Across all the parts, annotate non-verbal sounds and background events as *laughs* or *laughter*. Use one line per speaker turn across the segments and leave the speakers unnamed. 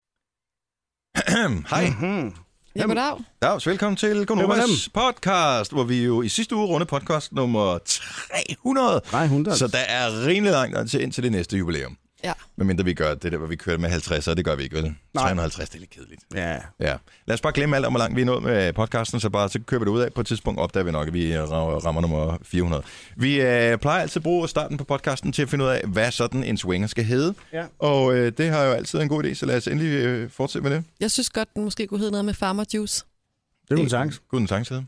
*clears throat* Hej.
Ja, goddag.
Dags, velkommen til Gonovas
Mhm. Godmorgen.
podcast, hvor vi jo i sidste uge runde podcast nummer 300.
300.
Så der er rimelig langt til indtil det næste jubilæum.
Ja.
Medmindre vi gør det der, hvor vi kører med 50, og det gør vi ikke, vel? Nej. 350, det er lidt kedeligt.
Ja.
Ja. Lad os bare glemme alt om, hvor langt vi er nået med podcasten, så bare så køber det ud af på et tidspunkt, opdager vi nok, at vi øh, ra- rammer nummer 400. Vi øh, plejer altid at bruge starten på podcasten til at finde ud af, hvad sådan en swinger skal hedde.
Ja.
Og øh, det har jo altid en god idé, så lad os endelig øh, fortsætte med det.
Jeg synes godt, den måske kunne hedde noget med Farmer
*laughs*
Juice.
Det er jo en chance.
God den sang hedde.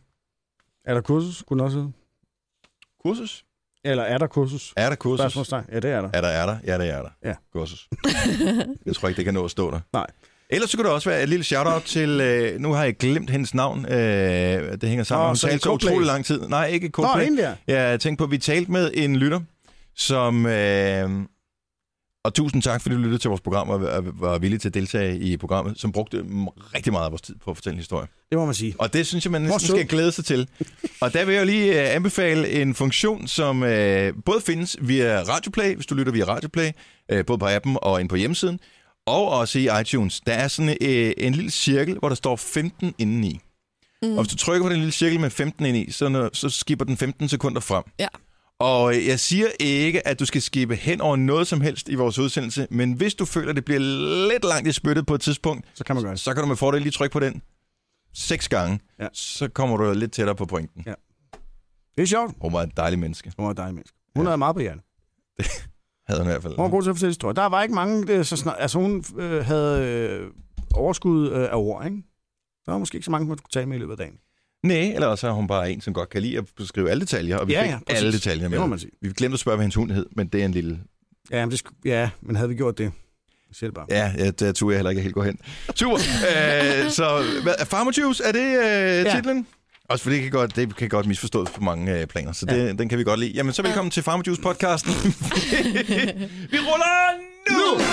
Er der kursus? Kunne den også hedde?
Kursus?
Eller er der kursus?
Er der kursus?
Spørgsmålstegn. Ja, det er der.
Er der, er der? Ja, det er der.
Ja.
Kursus. Jeg tror ikke, det kan nå at stå der.
Nej.
Ellers så kunne det også være et lille shout-out til, øh, nu har jeg glemt hendes navn, øh, det hænger sammen,
Nå,
hun
så
talte
en
så
Coldplay.
utrolig lang tid. Nej, ikke
Nå,
Coldplay.
hende der.
Jeg tænkte på, at vi talte med en lytter, som... Øh, og tusind tak, fordi du lyttede til vores program og var- var villig til at deltage i programmet, som brugte m- rigtig meget af vores tid på at fortælle en historie.
Det må man sige.
Og det synes jeg, man
Hvor
næsten
sød.
skal glæde sig til. Og der vil jeg jo lige øh, anbefale en funktion, som øh, både findes via Radioplay, hvis du lytter via Radioplay, øh, både på appen og ind på hjemmesiden, og også i iTunes. Der er sådan øh, en lille cirkel, hvor der står 15 indeni. Mm. Og hvis du trykker på den lille cirkel med 15 indeni, så, når, så skipper den 15 sekunder frem.
Ja.
Og øh, jeg siger ikke, at du skal skibe hen over noget som helst i vores udsendelse, men hvis du føler, at det bliver lidt langt i spyttet på et tidspunkt,
Så kan man gøre det.
Altså, så kan du med fordel lige trykke på den seks gange. Ja.
Ja.
Så kommer du lidt tættere på pointen.
Ja. Det er sjovt.
Hun var et dejligt menneske.
Hun var dejlig menneske. Hun
Ja.
ja. er meget på hjernen.
Havde hun i hvert fald.
Hun var god til at fortælle historier. Der var ikke mange, det, er så snart, altså hun øh, havde øh, overskud øh, af ord, ikke? Der var måske ikke så mange, man kunne tale med i løbet af dagen.
Nej, eller også er hun bare en, som godt kan lide at beskrive alle detaljer. Og vi
Ja,
fik
ja, præcis.
alle detaljer med.
Det må man sige.
Vi glemte at spørge, hvad hendes hund hed, men det er en lille...
Ja, men, det sku- ja, men havde vi gjort det? Selv bare.
Ja, ja der turde jeg heller ikke helt gå hen. *laughs* Super. Æh, så hvad, Farmer Juice, er det øh,
Ja.
titlen? Også fordi det kan godt, det kan godt misforstås på mange øh, planer, så det, ja. den kan vi godt lide. Jamen, så velkommen til Farmer Juice podcasten. *laughs* vi ruller nu! nu!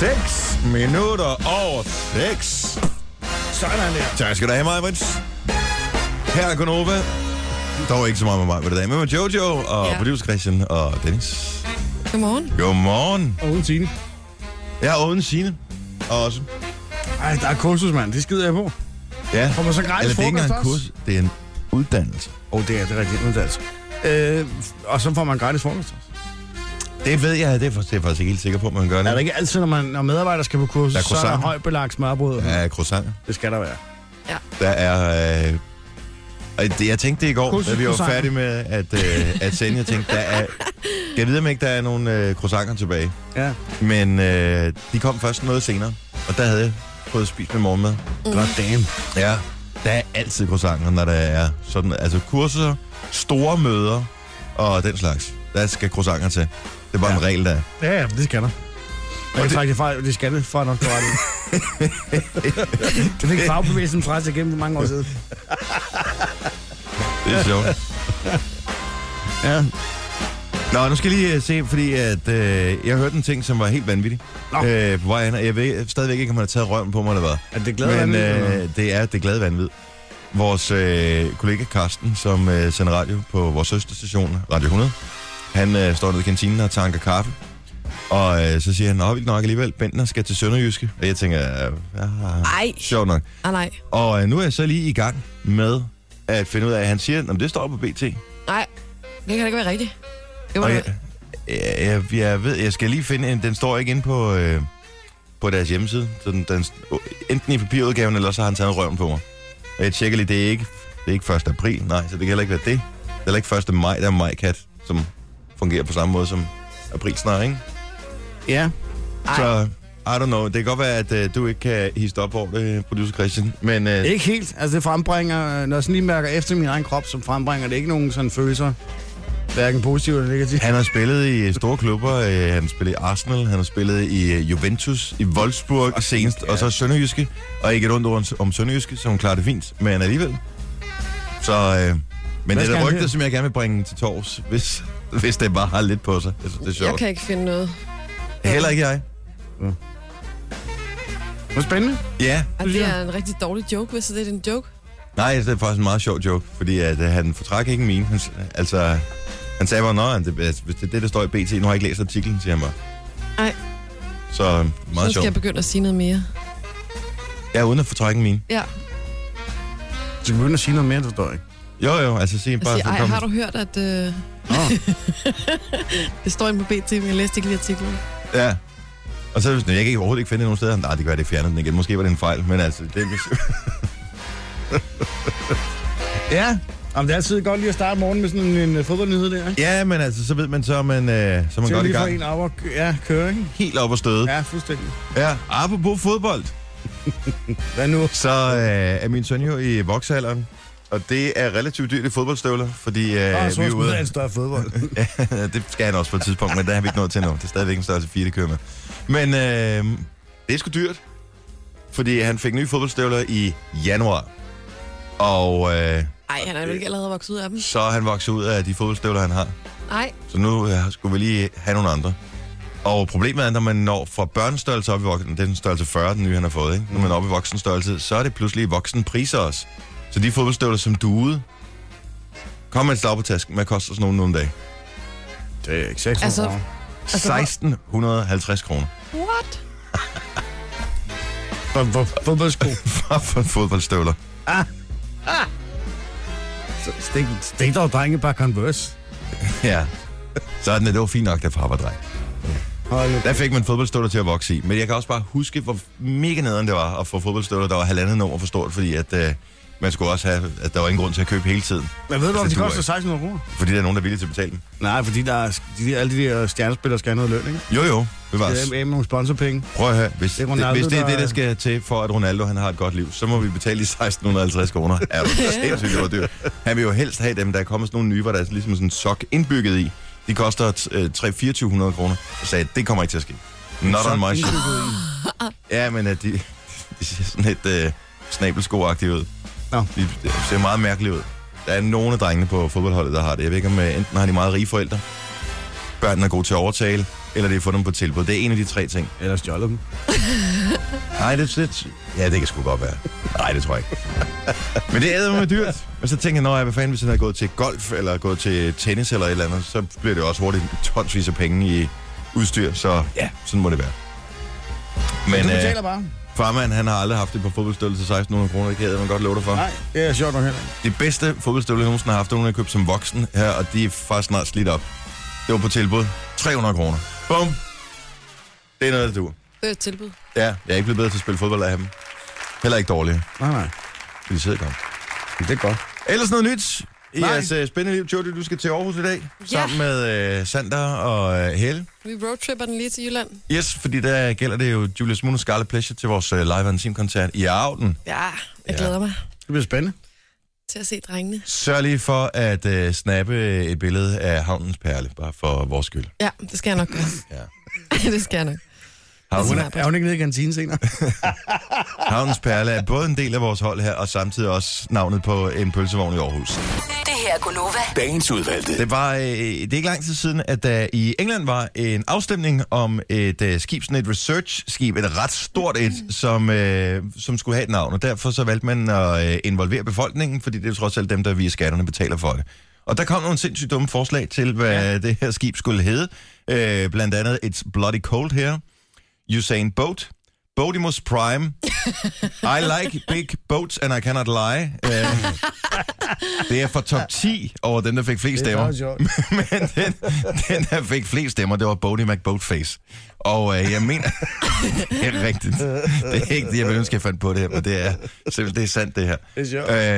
Seks minutter over seks.
Sådan der.
Tak skal du have, Majbrits. Her er Gunova. Dog ikke så meget med mig på det dag, men med Jojo og ja.
Ja.
producer Christian og Dennis.
Godmorgen.
Godmorgen.
Og uden Signe.
Jeg er uden Signe. Og også.
Ej, der er kursus, mand. Det skider jeg på.
Ja.
Får man så gratis
Eller det er ikke
frokost
engang en
også?
kurs, det er en uddannelse.
Åh, oh, det er det rigtige uddannelse. Øh, og så får man gratis frokost også.
Det ved jeg, det er for- det er jeg faktisk ikke helt sikker på, at man gør det.
Er det ikke altid, når, man, når medarbejdere skal på kursus,
Der er
så er der
croissanter.
højt belagt smørbrød?
Der er croissanter.
Det skal der være.
Der er... Øh... og det- Jeg tænkte det i går, da vi var
Kursuscroissanter.
færdige med at, øh, at sende. Jeg tænkte, der
*laughs*
er... Jeg ved om ikke, der er nogle øh, croissanter tilbage.
Ja.
Men øh, de kom først noget senere, og der havde jeg fået spist med morgenmad.
Mm.
God damn.
Ja. Der er altid croissanter, når der er sådan, altså kurser, store møder og den slags. Der skal croissanter til. Det er bare ja.
Ja.
en regel, der er.
Ja, ja, det skal der. Jeg kan
det-
trække det fra, det skal det fra nok, du har det. Det fik fagbevægelsen fra sig gennem mange år siden.
Det er sjovt.
Ja.
Nå, nu skal jeg lige øh, se, fordi at, øh, jeg hørte en ting, som var helt vanvittig
Nå.
øh, på vej hen, og jeg ved stadigvæk ikke, om han har taget røven på mig eller hvad.
Er det glade
Men
vanvid, eller
øh, det er det glade vanvid. Vores øh, kollega Karsten, som øh, sender radio på vores søsterstation, Radio 100, han øh, står nede i kantinen og tanker kaffe. Og øh, så siger han, at nok alligevel, Bentner skal til Sønderjyske. Og jeg tænker, øh, ah,
Ej.
sjovt nok.
Ah, nej.
Og øh, nu er jeg så lige i gang med at finde ud af, at han siger, at det står på BT.
Nej. Det kan da ikke være rigtigt. Det var
Og
okay.
jeg, jeg, jeg, jeg ved, jeg skal lige finde en, den står ikke inde på, øh, på deres hjemmeside. Så den, den, enten i papirudgaven, eller så har han taget røven på mig. Og jeg tjekker lige, det er ikke, det er ikke 1. april, nej, så det kan heller ikke være det. Det er heller ikke 1. maj, der er majkat, som fungerer på samme måde som april snart, ikke?
øh, Ja.
Ej.
Så, I don't know, det kan godt være, at øh, du ikke kan hisse dig op over det, producer Christian, men... Øh,
Ikke helt. Altså, det frembringer, når jeg sådan lige mærker efter min egen krop, så frembringer det ikke nogen sådan følelser. Hverken positive eller negative.
Han har spillet i store klubber. Øh, Han har spillet i Arsenal, han har spillet i øh, Juventus, i Wolfsburg senest, og så Sønderjyske. Og ikke et ondt ord om Sønderjyske, som klarer det fint, men alligevel. Så, øh, men det
skal
er
han
et rygte,
her?
som jeg gerne vil bringe til tors, hvis, hvis det bare har lidt på sig. Jeg synes, det er
Jeg
sjovt.
kan ikke finde noget.
Heller ikke jeg.
Hvor spændende.
Ja,
Ej, det er en rigtig dårlig joke, hvis det er en joke.
nej, det er faktisk en meget sjov joke, fordi at, øh, han fortrækker ikke min. Han, s- altså, Han sagde bare, nej, det, altså, hvis det er det, der står i BT, nu har jeg ikke læst artiklen, siger han bare.
Ej.
Så øh, meget
Så skal
sjovt.
jeg begynde at sige noget mere.
Ja, uden at fortrække min.
Ja,
Du skal begynde at sige noget mere, du står ikke.
Jo, jo, altså sig
jeg
bare,
siger,
så
ej,
kom.
har du hørt, at øh,
Oh.
det står inde på BT, men jeg læste ikke lige artiklen.
Ja. Og så er det sådan, jeg kan ikke- overhovedet ikke finde det nogen steder. Nej, det gør det fjernet den igen. Måske var det en fejl, men altså, det er
*laughs*
Ja,
Jamen, det er altid godt lige at starte morgen med sådan en, en øh, fodboldnyhed der, ikke?
ja, men altså, så ved man så, er man, øh, så er man
Så
godt i
lige får
gang.
en op og kø- ja, køre, ikke?
Helt op og støde. Ja.
Ja, fuldstændig.
ja. Apropos fodbold,
Hvad nu?
så øh, er min søn jo i voksalderen. Og det er relativt dyrt i fodboldstøvler, fordi øh, vi
Åh, Ah, så
er
er
ude...
det en større fodbold.
Ja, *laughs* det skal han også på et tidspunkt, men der har vi ikke nået til nu. Det er stadigvæk en størrelse 4, det kører med. Men øh, det er sgu dyrt, fordi han fik nye fodboldstøvler i januar. Og øh,
Ej, han er vel ikke allerede vokset ud af dem?
så er han vokset ud af de fodboldstøvler, han har.
Nej,
Så nu øh, skulle vi lige have nogle andre. Og problemet er, når man når fra børnestørrelse op i voksen, det er den størrelse 40, den nye han har fået, ikke? når man er oppe i voksenstørrelse, så er det pludselig voksenpriser også. Så de fodboldstøvler, som duede, kom med et slag på tasken. Hvad koster sådan nogen nogle dage?
Det er ikke 600
Altså-
altså...
Altså, hvor-
1650 kroner. *laughs*
what?
For, for fodboldsko.
Bare for fodboldstøvler.
Så Stik, stik dog drenge bare Converse.
Ja. Sådan, det var fint nok, der far var dreng.
Hold nu.
Der fik man fodboldstøvler til at vokse i. Men jeg kan også bare huske, hvor mega nederen det var at få fodboldstøvler, der var halvandet nummer for stort, fordi at, øh, man skulle også have, at der var ingen grund til at købe hele tiden.
Men ved du, om
Altså,
de
du er
koster
ikke-
1600 kroner?
Fordi der er nogen, der er villige til at betale dem.
Nej, fordi der er, de, der- alle de der stjernespillere skal have noget løn, ikke?
Jo, jo.
Det
Bevares.
er med nogle sponsorpenge.
Prøv at høre. Hvis
Det er
det,
Ronaldo,
hvis det er
der-
det, der skal til for, at Ronaldo han har et godt liv, så må vi betale de *laughs* 1650 kroner. Er du sindssygt, det var dyrt. Han vil jo helst have dem, der er kommet sådan nogle nye, hvor der er ligesom sådan en sok indbygget i. De koster øh, 3-2400 kroner. Jeg sagde, det kommer ikke til at ske. Not on my shit.
Indbygget i.
Ja, men at de, de ser sådan lidt øh, snabelsko-agtige ud.
Nå.
De, de ser meget mærkelige ud. Der er nogle af drengene på fodboldholdet, der har det. Jeg ved ikke, om øh, enten har de meget rige forældre, børnene er gode til at overtale, eller de har fået dem på tilbud. Det er en af de tre ting.
Eller stjålet dem.
Nej, det, det, ja, det kan sgu godt være. Nej, det tror jeg ikke. Men det æder mig dyrt. Men så tænker jeg, når jeg, hvad fanden, hvis jeg havde gået til golf, eller gået til tennis, eller et eller andet, så bliver det jo også hurtigt tonsvis af penge i udstyr, så ja, sådan må det være.
Men,
Men
du
øh,
betaler bare.
farmand, han har aldrig haft et par fodboldstøvler til 1600 kroner, det kan jeg man godt love dig for.
Nej, det er sjovt nok heller. ikke.
De bedste fodboldstøvler, jeg nogensinde har haft, nogen jeg købt som voksen her, og de er faktisk snart slidt op. Det var på tilbud. 300 kroner. Bum! Det er noget, der dur.
Det er et tilbud.
Ja, jeg er ikke blevet bedre til at spille fodbold af ham. Heller ikke dårligere.
Nej, nej.
Vi sidder i gang.
Det er godt.
Ellers noget nyt i
Nej.
jeres uh, spændende liv. Jody, du skal til Aarhus i dag,
Ja.
sammen med uh, Sander og uh, Helle.
Vi roadtripper den lige til Jylland.
Yes, fordi der gælder det jo Julius Moon og Scarlet Pleasure til vores uh, live and koncert i Auden.
Ja, jeg
Ja.
glæder mig
Det bliver spændende.
til at se drengene.
Sørg lige for at uh, snappe et billede af havnens perle, bare for vores skyld.
Ja, det skal jeg nok
*laughs*
gøre.
Ja.
det skal jeg nok.
Havnen-
Hun er, er hun ikke nede i kantinen senere?
Havnens perle er både en del af vores hold her, og samtidig også navnet på en pølsevogn i Aarhus.
Det her er Gunova.
Dagens udvalgte.
Det var øh, det er ikke lang tid siden, at der i England var en afstemning om et øh, skib, sådan et research-skib, et ret stort et,
Mm.
som, øh, som skulle have et navn. Og derfor så valgte man at øh, involvere befolkningen, fordi det er jo trods alt dem, der via skatterne betaler for det. Og der kom nogle sindssygt dumme forslag til, hvad ja. det her skib skulle hedde. Øh, blandt andet It's Bloody Cold Here, Usain Boat, Bodimus Prime, I like big boats and I cannot lie.
*laughs*
Øh, det er fra top 10 over den, der fik flest
Det er
stemmer
meget sjovt.
*laughs* men den, den, der fik flest stemmer, det var Bodie McBoatface. Og øh, jeg mener... *laughs* det er rigtigt. Det er ikke det, jeg ville ønske, jeg fandt på det her, men det er, simpelthen- det er sandt, det her.
Det er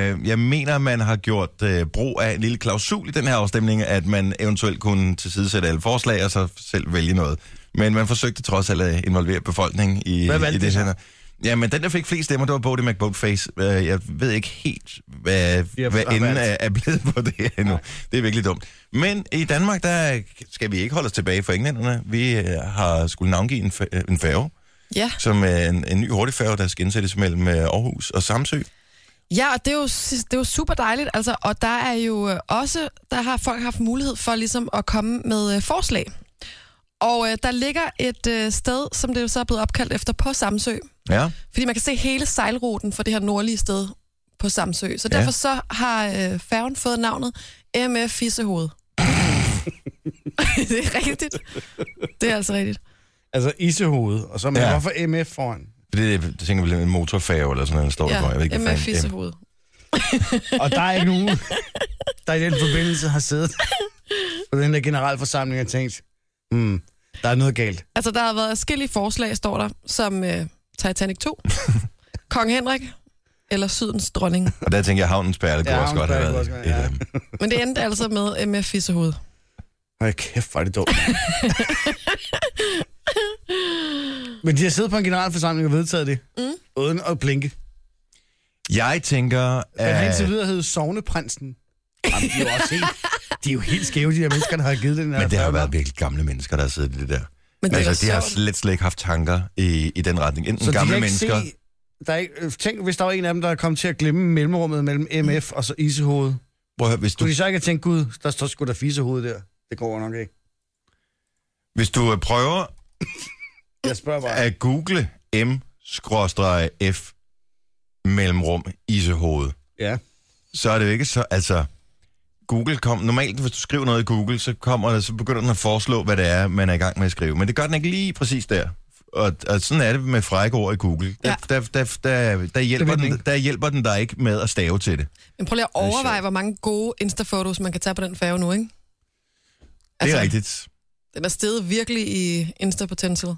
sjovt.
Øh, jeg mener, man har gjort øh, brug af en lille klausul i den her afstemning, at man eventuelt kunne tilsidesætte alle forslag og så selv vælge noget. Men man forsøgte trods alt at involvere befolkningen i,
Hvad valgte
i det
de så?
her. Ja, men den, der fik flest stemmer, det var Bodie McBoatface. Øh, Jeg ved ikke helt, hvad,
Ja,
hvad
og
enden
hvad-
er, er blevet på det her endnu. Det er virkelig dumt. Men i Danmark, der skal vi ikke holde os tilbage for englænderne. Vi øh, har skulle navngive en, fa- øh, en færge,
Ja.
som er en, en ny hurtigfærge, der skal indsættes mellem øh, Aarhus og Samsø.
Ja, og det er, jo, det er jo super dejligt, altså, og der er jo øh, også, der har folk haft mulighed for ligesom at komme med øh, forslag. Og øh, der ligger et øh, sted, som det jo så er blevet opkaldt efter på Samsø,
Ja,
fordi man kan se hele sejlruten for det her nordlige sted på Samsø. Så
Ja.
derfor så har øh, færgen fået navnet MF Fissehoved. *laughs* det er rigtigt. Det er altså rigtigt.
Altså isehoved, og så med,
Ja.
ja. hvorfor MF foran?
Det, det, det tænker jeg en motorfave eller sådan noget, der står ja, der for. Jeg ved ikke,
ja, med
hvad fanden.
fissehoved.
Og der er ikke nogen, der i den forbindelse har siddet på den der generalforsamling og tænkt, hmm, der er noget galt.
Altså, der har været forskellige forslag, står der, som øh, Titanic 2, Kong Henrik eller Sydens dronning.
Og der tænker jeg, havnens perle kunne
Ja,
også godt
Havnens
have
Perle
været
kunne
et
også
øh,
være,
af dem.
Men det endte altså med øh, med fissehoved.
Hold kæft, hvor er det dumt. Men de har siddet på en generalforsamling og vedtaget det, mm. uden at blinke.
Jeg tænker,
Men han
at...
indtil videre hed Sovneprinsen. Jamen, de er jo også helt, de er jo helt skæve, de der mennesker, der har givet den her.
Men det har jo
fabel.
været virkelig gamle mennesker, der har siddet i det der.
Men det
altså, de
er
har
da sjovt.
slet, slet ikke haft tanker i, i den retning. Enten
Så de
gamle
kan ikke
mennesker...
Se, der er ikke, øh, tænk, hvis der var en af dem, der kom til at glemme mellemrummet mellem MF og så isehovedet.
Prøv at høre, hvis du,
Skulle de så ikke have tænkt, gud, der står sgu da fisehoved der. Det går nok ikke.
hvis du øh, prøver
Jeg spørger bare.
at google m-f mellemrum isehoved,
Ja.
så er det jo ikke så... Altså, Google kom... Normalt, hvis du skriver noget i Google, så, kommer det, så begynder den at foreslå, hvad det er, man er i gang med at skrive. Men det gør den ikke lige præcis der. Og, og sådan er det med frække ord i Google. Der,
Ja.
der, der, der, der, hjælper
Det ved den
den,
ikke.
der hjælper den dig ikke med at stave til det.
Men prøv lige at overveje, hvor mange gode Insta-fotos, man kan tage på den færge nu, ikke?
Det
Altså-
er rigtigt.
Den er steget virkelig i Insta-potential.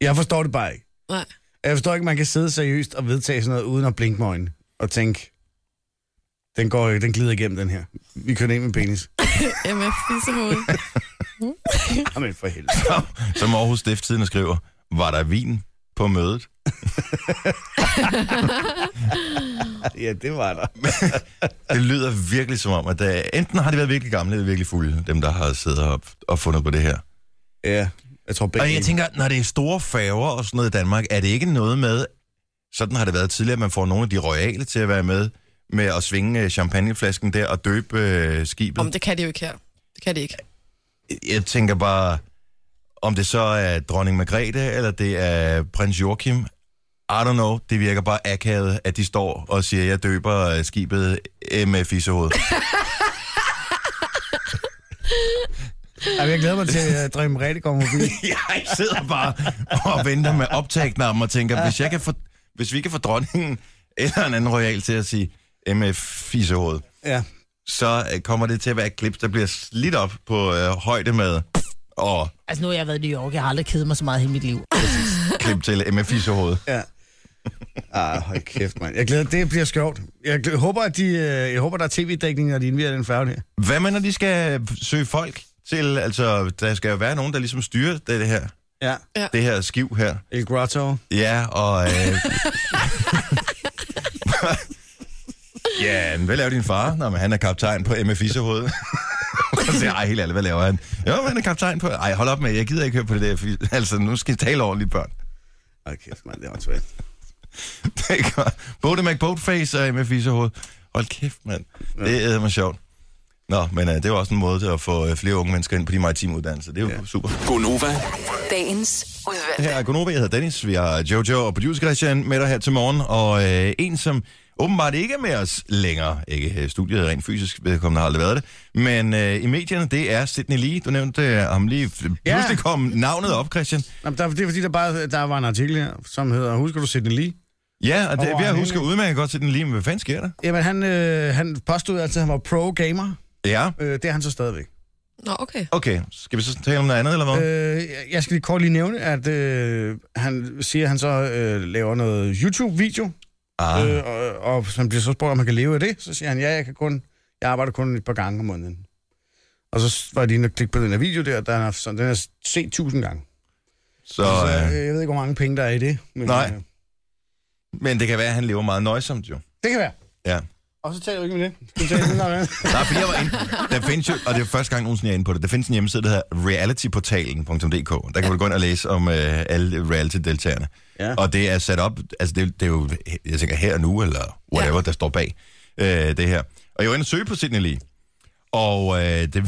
Jeg forstår det bare ikke.
Nej.
Jeg forstår ikke, man kan sidde seriøst og vedtage sådan noget, uden at blinke med øjnene. Og tænke, den går ikke, den glider igennem den her. Vi kører den ind med penis.
MF fissehoved.
*laughs* Jamen for helvede.
Som Aarhus Stifttidende skriver, var der vin på mødet?
Ja, det var der.
Det lyder virkelig som om, at der, enten har de været virkelig gamle eller virkelig fulde, dem der har siddet op og fundet på det her.
Ja, jeg tror begge.
Og jeg tænker, når det er store færger og sådan noget i Danmark, er det ikke noget med, sådan har det været tidligere, at man får nogle af de royale til at være med, med at svinge øh, champagneflasken der og døbe øh, skibet.
Om det kan de jo ikke her. Det kan de ikke.
Jeg tænker bare, om det så er dronning Margrethe, eller det er prins Joachim, I don't know, det virker bare akavet, at de står og siger, jeg døber øh, skibet øh, MF Isehoved.
Jamen, jeg glæder mig til at drømme rigtig kommer forbi.
*laughs* Jeg sidder bare og venter med optagknappen og tænker, hvis, jeg kan få, hvis vi kan få dronningen eller en anden royal til at sige MF Fisehoved,
*laughs* Ja.
så øh, kommer det til at være et klip, der bliver slidt op på øh, højde med og
Altså nu har jeg været i New York, jeg har aldrig kedet mig så meget i hele mit liv.
klip til MF Fisehoved.
Ja. Ah, hold kæft, mand. Jeg glæder, det bliver sjovt. Jeg glæder, håber, at de, øh, jeg håber, der er tv-dækning, når de indviger den færge her.
Hvad med, når de skal øh, søge folk til, altså der skal jo være nogen, der ligesom styrer det her,
Ja.
det her skiv her.
El Grotto.
Ja, og... Øh... *laughs* ja, men hvad laver din far? Nå, men han er kaptajn på MF Iserhoved. *laughs* Så siger jeg, ej, helt ærligt, hvad laver han? Jo, men han er kaptajn på... Ej, hold op med, jeg gider ikke høre på det der. fis- *laughs* Altså, nu skal I tale ordentligt, børn. *laughs*
Hold kæft, mand. Det er åndssvagt.
Det er godt. Både McBoatface og MF Iserhoved. Hold kæft, mand. Det er mig sjovt. Nå, men øh, det er jo også en måde til at få øh, flere unge mennesker ind på de maritime uddannelser. Det er jo ja. super.
Gonova,
Dagens udvalgte.
Her er Gunova, jeg hedder Dennis, vi har Jojo og producer Christian med dig her til morgen, og øh, en, som åbenbart ikke er med os længere, ikke her i studiet rent fysisk, vedkommende har aldrig været det, men øh, i medierne, det er Sydney Lee, du nævnte øh, ham lige,
Ja.
pludselig kom navnet op, Christian.
Jamen, der, det er fordi, der, bare, der var en artikel her, som hedder, husker du Sidney Lee?
Ja, og det,
Over
vi har
ham
husket udmærket godt Sydney Lee, men hvad fanden sker der?
Jamen, han, øh, han påstod altså, at han var pro-gamer.
Ja,
Øh, det er han så stadigvæk.
Nå, okay.
okay, skal vi så tale om noget andet, eller hvad?
Øh, jeg- jeg skal lige kort lige nævne, at øh, han siger, at han så øh, laver noget YouTube-video,
ah,
øh, og, og han bliver så spurgt, om han kan leve af det. Så siger han, ja, jeg kan kun, jeg arbejder kun et par gange om måneden. Og så s- var de inde og klikke på den her video der, der er, sådan, den er set tusind gange.
så,
Så, øh,
øh,
jeg ved ikke, hvor mange penge der er i det. Men,
Nej.
Øh,
men det kan være, at han lever meget nøjsomt jo.
det kan være.
Ja.
Og så taler vi ikke med det. Skal vi tale om noget andet?
Nej, for jeg var inde. Der findes jo, og det er første gang nogensinde, jeg er inde på det, der findes en hjemmeside, der hedder realityportalen.dk. Der kan du gå ind og læse om øh, alle reality-deltagerne.
Ja.
Og det er sat op, altså det, det er jo, jeg tænker, her og nu, eller whatever, ja. der står bag øh, det her. Og jeg var inde og søge på Sydney Lee. Og øh, det,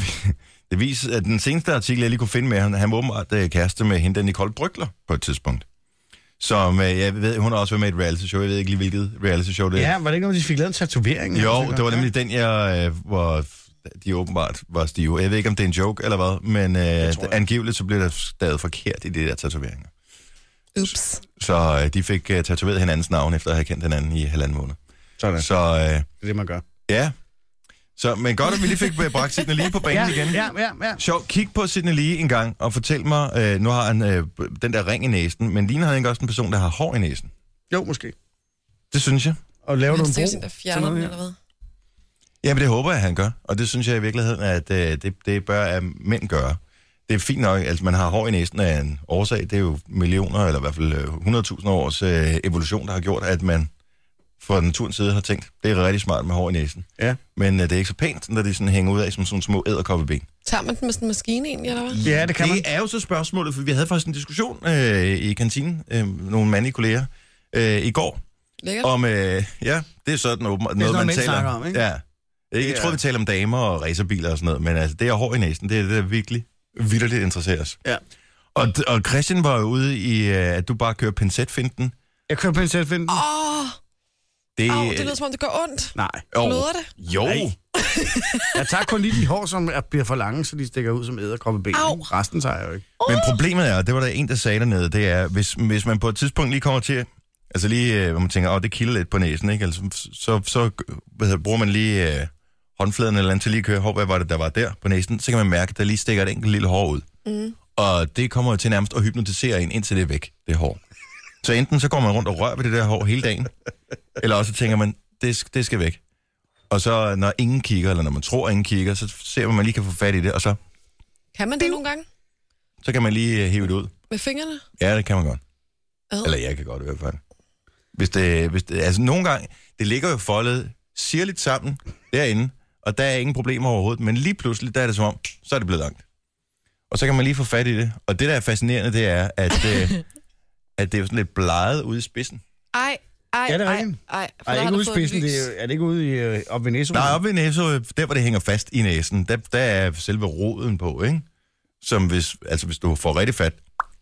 det viser, at den seneste artikel, jeg lige kunne finde med ham, han var åbenbart øh, kæreste med hende, der Nicole Brygler, på et tidspunkt. Som, øh, jeg ved, hun har også været med i et reality show, jeg ved ikke lige, hvilket reality show det er.
ja, var det ikke noget, de fik lavet en tatovering?
Jo, det var nemlig den, jeg øh, var de åbenbart var stive. Jeg ved ikke, om det er en joke eller hvad, men øh, angiveligt så blev der stadig forkert i de der tatoveringer.
Ups.
Så øh, de fik øh, tatoveret hinandens navn, efter at have kendt hinanden i halvanden måned.
Sådan,
Så øh,
det er det, man gør.
ja. Så, men godt, at vi lige fik øh, bragt Sidney lige på banen igen.
ja, ja, ja.
Sjov, kig på Sidney Lee en gang og fortæl mig, øh, nu har han øh, den der ring i næsen, men ligner han ikke også en person, der har hår i næsen?
Jo, måske.
Det synes jeg.
Og laver du
Men
en
det er jo sådan,
bro?
der fjerner den, eller hvad?
Jamen, det håber jeg, han gør. Og det synes jeg i virkeligheden, at øh, det, det bør at mænd gøre. Det er fint nok, at altså, man har hår i næsen af en årsag. Det er jo millioner, eller i hvert fald øh, 100.000 års øh, evolution, der har gjort, at man fra naturens side har tænkt, det er rigtig smart med hår i næsen.
Ja.
Men øh, det er ikke så pænt, når de sådan hænger ud af som sådan små æderkoppeben.
Tager man den med sådan en maskine egentlig, eller hvad?
Ja, det kan man.
Det er jo så spørgsmålet, for vi havde faktisk en diskussion øh, i kantinen, øh, nogle mandlige kolleger, øh, i går,
Lækkert.
om, øh, ja, det er sådan åben, noget,
noget,
man
mænd
taler
snakker om, ikke?
Ja. Jeg, jeg
er-
tror, vi taler om damer og racerbiler og sådan noget, men altså, det er hår i næsen, det er det, der virkelig, virkelig interesserer os.
Ja.
Og, og Christian var jo ude i, øh, at du bare kører pincetfinden.
Jeg kører på en selvfind.
Åh, oh,
Det,
oh, det lyder som om, det gør ondt.
Nej.
jo,
Bløder det?
Jo,
Nej. Jeg tager kun lige de hår, som er, bliver for lange, så de stikker ud som æderkoppeben.
Au.
Resten tager jeg jo ikke.
men problemet er, og det var der en, der sagde dernede, det er, hvis, hvis man på et tidspunkt lige kommer til, altså lige, øh, hvor man tænker, åh, det kilder lidt på næsen, ikke? Altså, så, så hvad hedder, det, bruger man lige øh, håndfladen eller andet til lige at køre, hår, hvad var det, der var der på næsen, så kan man mærke, at der lige stikker et enkelt lille hår ud.
Mm.
Og det kommer jo til nærmest at hypnotisere en, indtil det er væk, det hår. Så enten så går man rundt og rører ved det der hår hele dagen, eller også så tænker man, det, sk- det skal væk. Og så når ingen kigger, eller når man tror, ingen kigger, så ser man, man lige kan få fat i det, og så,
Kan man det nogle gange?
så kan man lige øh, hive det ud.
Med fingrene?
Ja, det kan man godt.
Ad.
Eller jeg kan godt i hvert fald. Hvis det, hvis det, altså nogle gange, det ligger jo foldet sirligt sammen derinde, og der er ingen problemer overhovedet, men lige pludselig, der er det som om, så er det blevet langt. Og så kan man lige få fat i det. Og det, der er fascinerende, det er, at, øh, at det er jo sådan lidt bleget ude i spidsen.
Ej, ej,
Ja, det er
ej,
rigtigt.
ej. For
Ej,
der har
ikke
du
ude i
fået
spidsen,
lys.
det er, er det ikke ude i, øh, op ved Næsum?
Der er oppe i næsen, der hvor det hænger fast i næsen, der, der er selve roden på, ikke? Som hvis, altså hvis du får rigtig fat,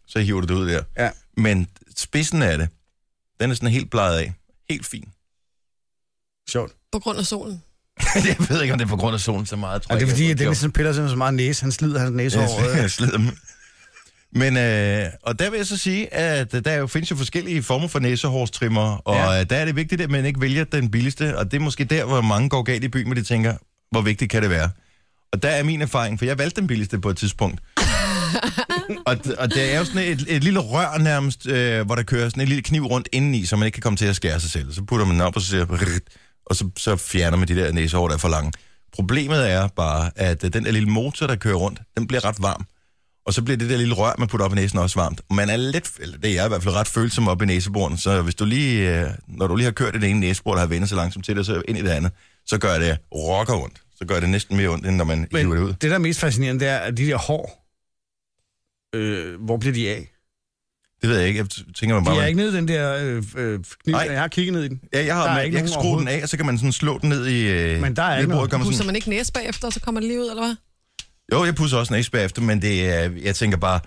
så hiver du det ud der.
Ja.
Men spidsen af det, den er sådan helt bleget af. Helt fin.
Sjovt.
På grund af solen.
*laughs* jeg ved ikke, om det er på grund af solen så meget.
Og det er fordi, at Dennis han piller sig så meget næse. Han slider hans næse
*laughs*
over.
Jeg, jeg slider dem. Men, øh, og der vil jeg så sige, at der jo findes jo forskellige former for næsehårstrimmer, og
Ja.
ja. der er det vigtigt, at man ikke vælger den billigste, og det er måske der, hvor mange går galt i byen, hvor de tænker, hvor vigtigt kan det være? Og der er min erfaring, for jeg valgte den billigste på et tidspunkt. og, d- og der er jo sådan et, et lille rør nærmest, øh, hvor der kører sådan en lille kniv rundt indeni, så man ikke kan komme til at skære sig selv. Så putter man den op, og så, siger, rrrt, og så, så fjerner man de der næsehår, der er for lange. Problemet er bare, at øh, den der lille motor, der kører rundt, den bliver ret varm. Og så bliver det der lille rør, man putter op i næsen, også varmt. Og Man er lidt, eller det er jeg i hvert fald ret følsom op i næseboren, så hvis du lige, øh, når du lige har kørt i det ene næsebor, der har vendt så langsomt til det, så ind i det andet, så gør det rocker ondt. Så gør det næsten mere ondt, end når man
Men
hiver det ud.
det, der er mest fascinerende, det er, at de der hår, øh, hvor bliver de af?
Det ved jeg ikke. Jeg tænker man bare...
De er
man-
ikke nede i den der øh, øh, kniv.
Nej.
Jeg har kigget ned i den.
Ja, jeg, har,
Der er
jeg,
ikke
jeg kan
nogen
skrue den af, og så kan man sådan slå den ned i... Øh,
Men der er
ned i
ikke
bordet,
noget.
kommer
Pusser
sådan,
man ikke næse bagefter, og så kommer det lige ud, eller hvad?
Jo, jeg pusser også næse bagefter, men det er, jeg tænker bare,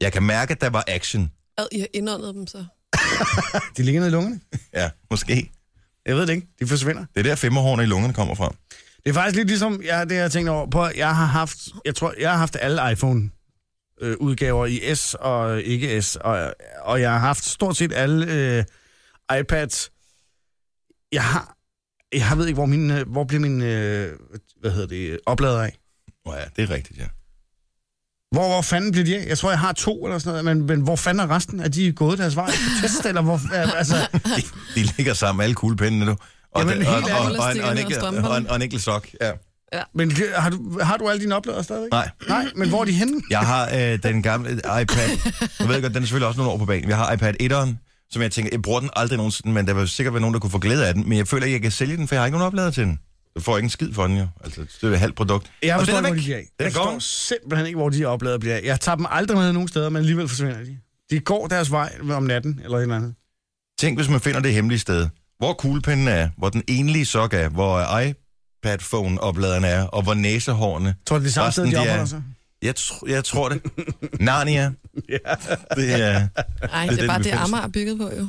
jeg kan mærke, at der var action.
Ad, I har indåndet dem så.
De ligger nede i lungerne.
Ja, måske.
Jeg ved det ikke. De forsvinder.
Det er der femmerhårene i lungerne kommer fra.
Det er faktisk lidt ligesom, jeg, det jeg har tænkt over på, jeg har haft, jeg tror, jeg har haft alle iPhone øh, udgaver i S og ikke S, og, og jeg har haft stort set alle øh, iPads. Jeg har, jeg ved ikke, hvor, min, øh, hvor bliver min, øh, hvad hedder det, øh, oplader af?
Nå ja, det er rigtigt, ja.
Hvor, hvor fanden bliver de af? Jeg tror, jeg har to eller sådan noget, men, men hvor fanden er resten? Er de gået deres vej på test, eller hvor, øh, altså,
De, de ligger sammen, alle kuglepindene, du. Og,
Jamen,
det-
helt
og, og, og,
ærligt.
og, en- og, en enkelt-
Og strømperne.
og, en- og en enkelt sok, ja.
men har du, har du alle dine opladere stadigvæk?
Nej.
Nej, men hvor er de henne?
Jeg har øh, den gamle iPad. Jeg ved godt, den er selvfølgelig også nogle år på banen. Jeg har iPad 1'eren, som jeg tænker, jeg bruger den aldrig nogensinde, men der vil sikkert være nogen, der kunne få glæde af den. Men jeg føler ikke, jeg kan sælge den, for jeg har ikke nogen oplader til den. Jeg får ikke en skid for den, jo. Altså, det er jo et halvt produkt.
Jeg
Og
forstår
den
ikke,
er
hvor
væk.
de bliver af.
Den
Jeg
går.
forstår simpelthen ikke, hvor de oplader bliver af. Jeg tager dem aldrig med nogen steder, men alligevel forsvinder de. De går deres vej om natten, eller et eller andet.
Tænk, hvis man finder det hemmelige sted. Hvor kuglepinden er, hvor den enlige sok er, hvor iPad-phone-opladeren er, og hvor næsehårene.
Tror du, det er samme sted,
Resten,
de
de er-
opholder sig?
Jeg, tr- jeg tror
*laughs*
det. Narnia. Det er
Nej,
er
det er
den,
bare
vi
det,
findes.
Amager er bygget på, jo.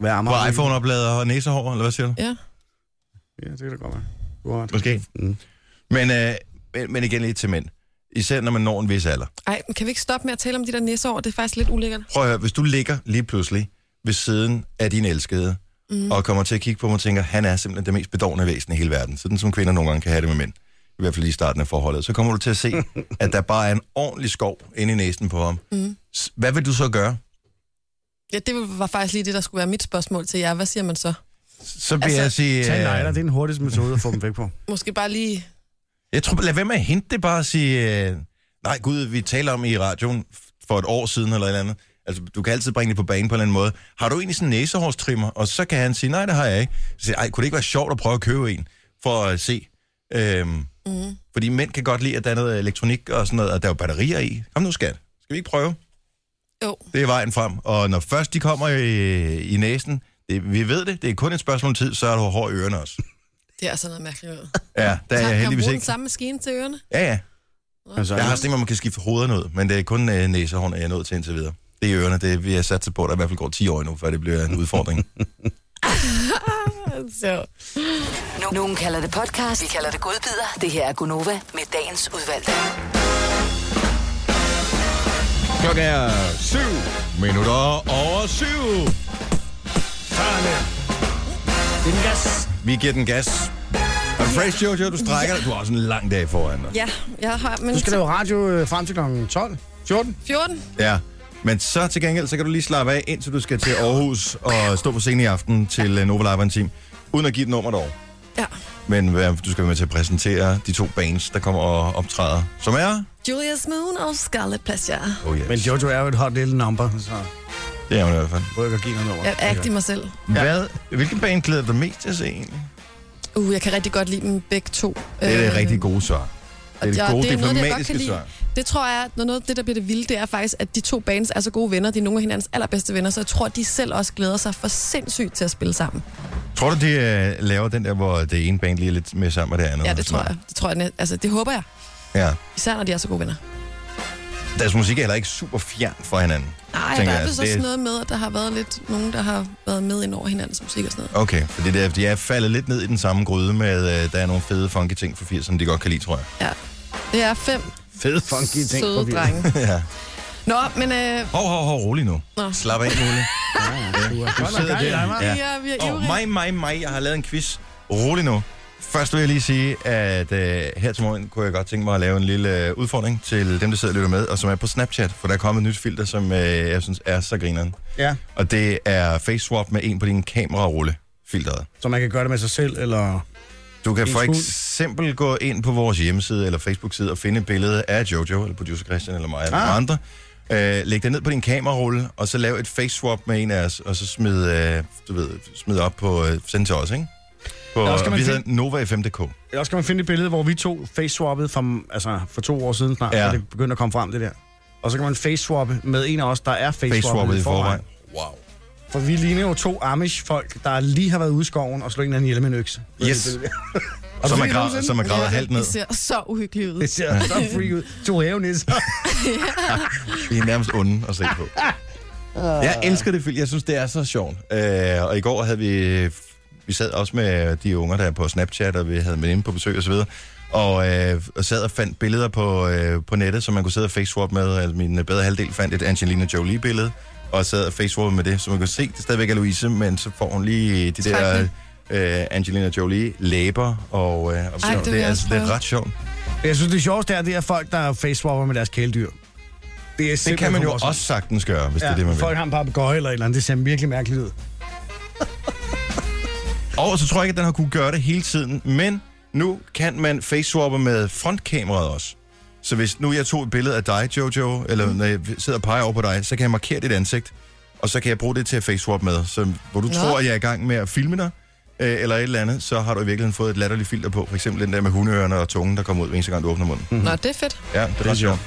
Hvad er
på
Amager?
iPhone-oplader og næsehår, eller hvad siger du?
Ja.
Ja, det kan da godt være. Du har ret.
Måske.
Mm.
Men, øh, men, men igen lidt til mænd. Især når man når en vis alder.
Ej, men kan vi ikke stoppe med at tale om de der nisseår? Det er faktisk lidt ulækkert.
Prøv at høre, hvis du ligger lige pludselig ved siden af din elskede, mm. og kommer til at kigge på mig og tænker, han er simpelthen det mest bedårende væsen i hele verden. Sådan som kvinder nogle gange kan have det med mænd. I hvert fald lige i starten af forholdet. Så kommer du til at
*laughs*
se, at der bare er en ordentlig skov inde i næsen på ham. Mm. Hvad vil du så gøre?
Ja, det var faktisk lige det, der skulle være mit spørgsmål til jer. Hvad siger man så?
Så vil altså,
Altså,
jeg sige...
Tag en
øh,
nejler, det er den hurtigste metode at få dem væk *laughs* på.
Måske bare lige...
Jeg tror, lad være med at hente det bare og sige, øh, nej gud, vi taler om i radioen for et år siden eller et eller andet. Altså, du kan altid bringe det på banen på en eller anden måde. Har du egentlig sådan en næsehårstrimmer? Og så kan han sige, nej, det har jeg ikke. Så siger, jeg, ej, kunne det ikke være sjovt at prøve at købe en for at se? Øhm, mm. Fordi mænd kan godt lide, at der er noget øh, elektronik og sådan noget, og der er jo batterier i. Kom nu, skat. Skal vi ikke prøve?
Jo,
Det er vejen frem. Og når først de kommer i, i næsen, det, vi ved det, det er kun et spørgsmål om tid, så er du hård i ørerne også.
det er altså noget mærkeligt noget.
Ja, der er
Tak,
jeg
kan man
heldigvis
bruge den
ikke.
samme maskine til ørerne?
Ja, ja.
Altså,
Jeg har også tænkt mig, at man kan skifte hovederne ud, men det er kun øh, næsehorn, jeg er nået til indtil videre. Det er ørerne, det vi har sat sig på, der i hvert fald går 10 år endnu, før det bliver en udfordring.
Så.
No- Nogen kalder det podcast, vi kalder det godbider. Det her er Gunova med dagens udvalgte.
*laughs* Klokken er 7 minutter over 7.
Det er gas.
Vi giver den gas. Og Fresh Jojo, du strækker dig. Du har også en lang dag foran dig.
Ja, jeg har... Men
Du skal lave radio øh, frem til klokken 12. 14.
14?
Ja. Men så til gengæld, så kan du lige slappe af, indtil du skal til Aarhus og stå på scenen i aften til øh, Nova Live en time, uden at give et nummer derovre.
Ja.
Men hvad- du skal være med til at præsentere de to bands, der kommer og optræder, som er...
Julius Moon og Scarlet Pleasure.
Oh yes.
Men Jojo er jo et hot lille number, så
Det er hun i hvert fald.
rykker give noget over.
Jeg er rigtig mig selv.
Ja. Hvad, hvilken band glæder du dig mest til at se egentlig?
Uh, jeg kan rigtig godt lide dem begge to.
Det er det
Øh,
rigtig gode svar. Det er det
og
gode
det er noget, jeg godt kan
diplomatiske
lide.
svar.
Det tror jeg, at noget af det, der bliver det vilde, det er faktisk, at de to bands er så gode venner. De er nogle af hinandens allerbedste venner, så jeg tror, de selv også glæder sig for sindssygt til at spille sammen.
Tror du, de øh, laver den der, hvor det ene band lige er lidt med sammen, og det andet?
Ja,
er
det
sådan
tror jeg. Det, tror jeg, net- altså, det håber jeg.
noget? Ja.
Især når de er så gode venner.
Deres musik er heller ikke super fjern fra hinanden.
Nej,
tænker
der
jeg.
er vist
Det-
også noget med, at der har været lidt nogen, der har været med ind over hinandens musik og sådan noget.
Okay, fordi det er, de er faldet lidt ned i den samme gryde med, øh, der er nogle fede funky ting fra 80'erne, de godt kan lide, tror jeg.
Ja. Det er fem
Fed funky ting.
søde
forbi.
drenge.
*laughs* ja.
Nå, men øh,
Hov, hov, hov, rolig nu.
Nå.
Slap af, Mulle. Du sidder der.
vi er, vi er
Åh,
ivrige.
mig, mig, mig, jeg har lavet en quiz. Rolig nu. Først vil jeg lige sige, at øh, her til morgen kunne jeg godt tænke mig at lave en lille øh, udfordring til dem, der sidder og lytter med, og som er på Snapchat, for der er kommet et nyt filter, som øh, jeg synes er så grineren.
Ja,
Og det er face swap med en på din kamerarulle filteret.
så man kan gøre det med sig selv, eller...
Du kan
En
for
smule.
eksempel gå ind på vores hjemmeside eller Facebook-side og finde et billede af Jojo, eller producer Christian, eller mig, eller
Ah.
ah. andre. Øh, læg det ned på din kamerarulle, og så lav et face swap med en af os, og så smid, øh, du ved, smid op på øh, send til os, ikke? På,
Nå,
Nå,
skal man
vi hedder NovaFM.dk.
Ellers kan man finde et billede, hvor vi to face-swappede from, altså for to år siden snart,
Ja.
ja. det begyndte at komme frem, det der. Og så kan man face-swappe med en af os, der er
Face swappet
face-swappet
i forvejen. Wow.
For vi ligner jo to Amish-folk, der lige har været ude i skoven og slået en eller anden ihjel med en økse.
*laughs* Yes.
Og
Så
så
man,
man
graver, så man graver halvt ned.
Det ser så uhyggeligt ud.
Det ser så freak ud. To havenisser.
Vi er nærmest onde at se på. Jeg elsker det, film. jeg synes, det er så sjovt. Øh, og i går havde vi... Vi sad også med de unger, der er på Snapchat, og vi havde med inde på besøg osv. Og, øh, og sad og fandt billeder på, øh, på nettet, som man kunne sidde og faceswap med. Altså, min øh, bedre halvdel fandt et Angelina Jolie-billede, og sad og faceswappede med det, så man kunne se, det stadigvæk er Louise, men så får hun lige de der øh, Angelina Jolie læber, og, øh, og
Ej, det
det,
vil
det,
jeg
er,
også
altså, det er
prøve.
ret sjovt.
Jeg synes, det sjoveste er, det er folk, der face-swapper med deres kæledyr. Det, er
Det kan
simpelthen
man jo
for morsomt.
også sagtens gøre, hvis ja, det
Ja,
er det, man vil.
folk har en papegøje eller et eller andet. Det ser virkelig mærkeligt ud.
Og så tror jeg ikke, at den har kunne gøre det hele tiden, men nu kan man face-swappe med frontkameraet også. Så hvis nu jeg tog et billede af dig, Jojo, eller når jeg sidder og peger over på dig, så kan jeg markere dit ansigt, og så kan jeg bruge det til at face-swap med. Så hvor du Nå.
Nå.
tror, at jeg er i gang med at filme dig, øh, eller et eller andet, så har du i virkeligheden fået et latterligt filter på. For eksempel den der med hundeørerne og tungen, der kommer ud, hver eneste gang du åbner munden.
Nå, det er fedt.
Ja, det er ret sjovt.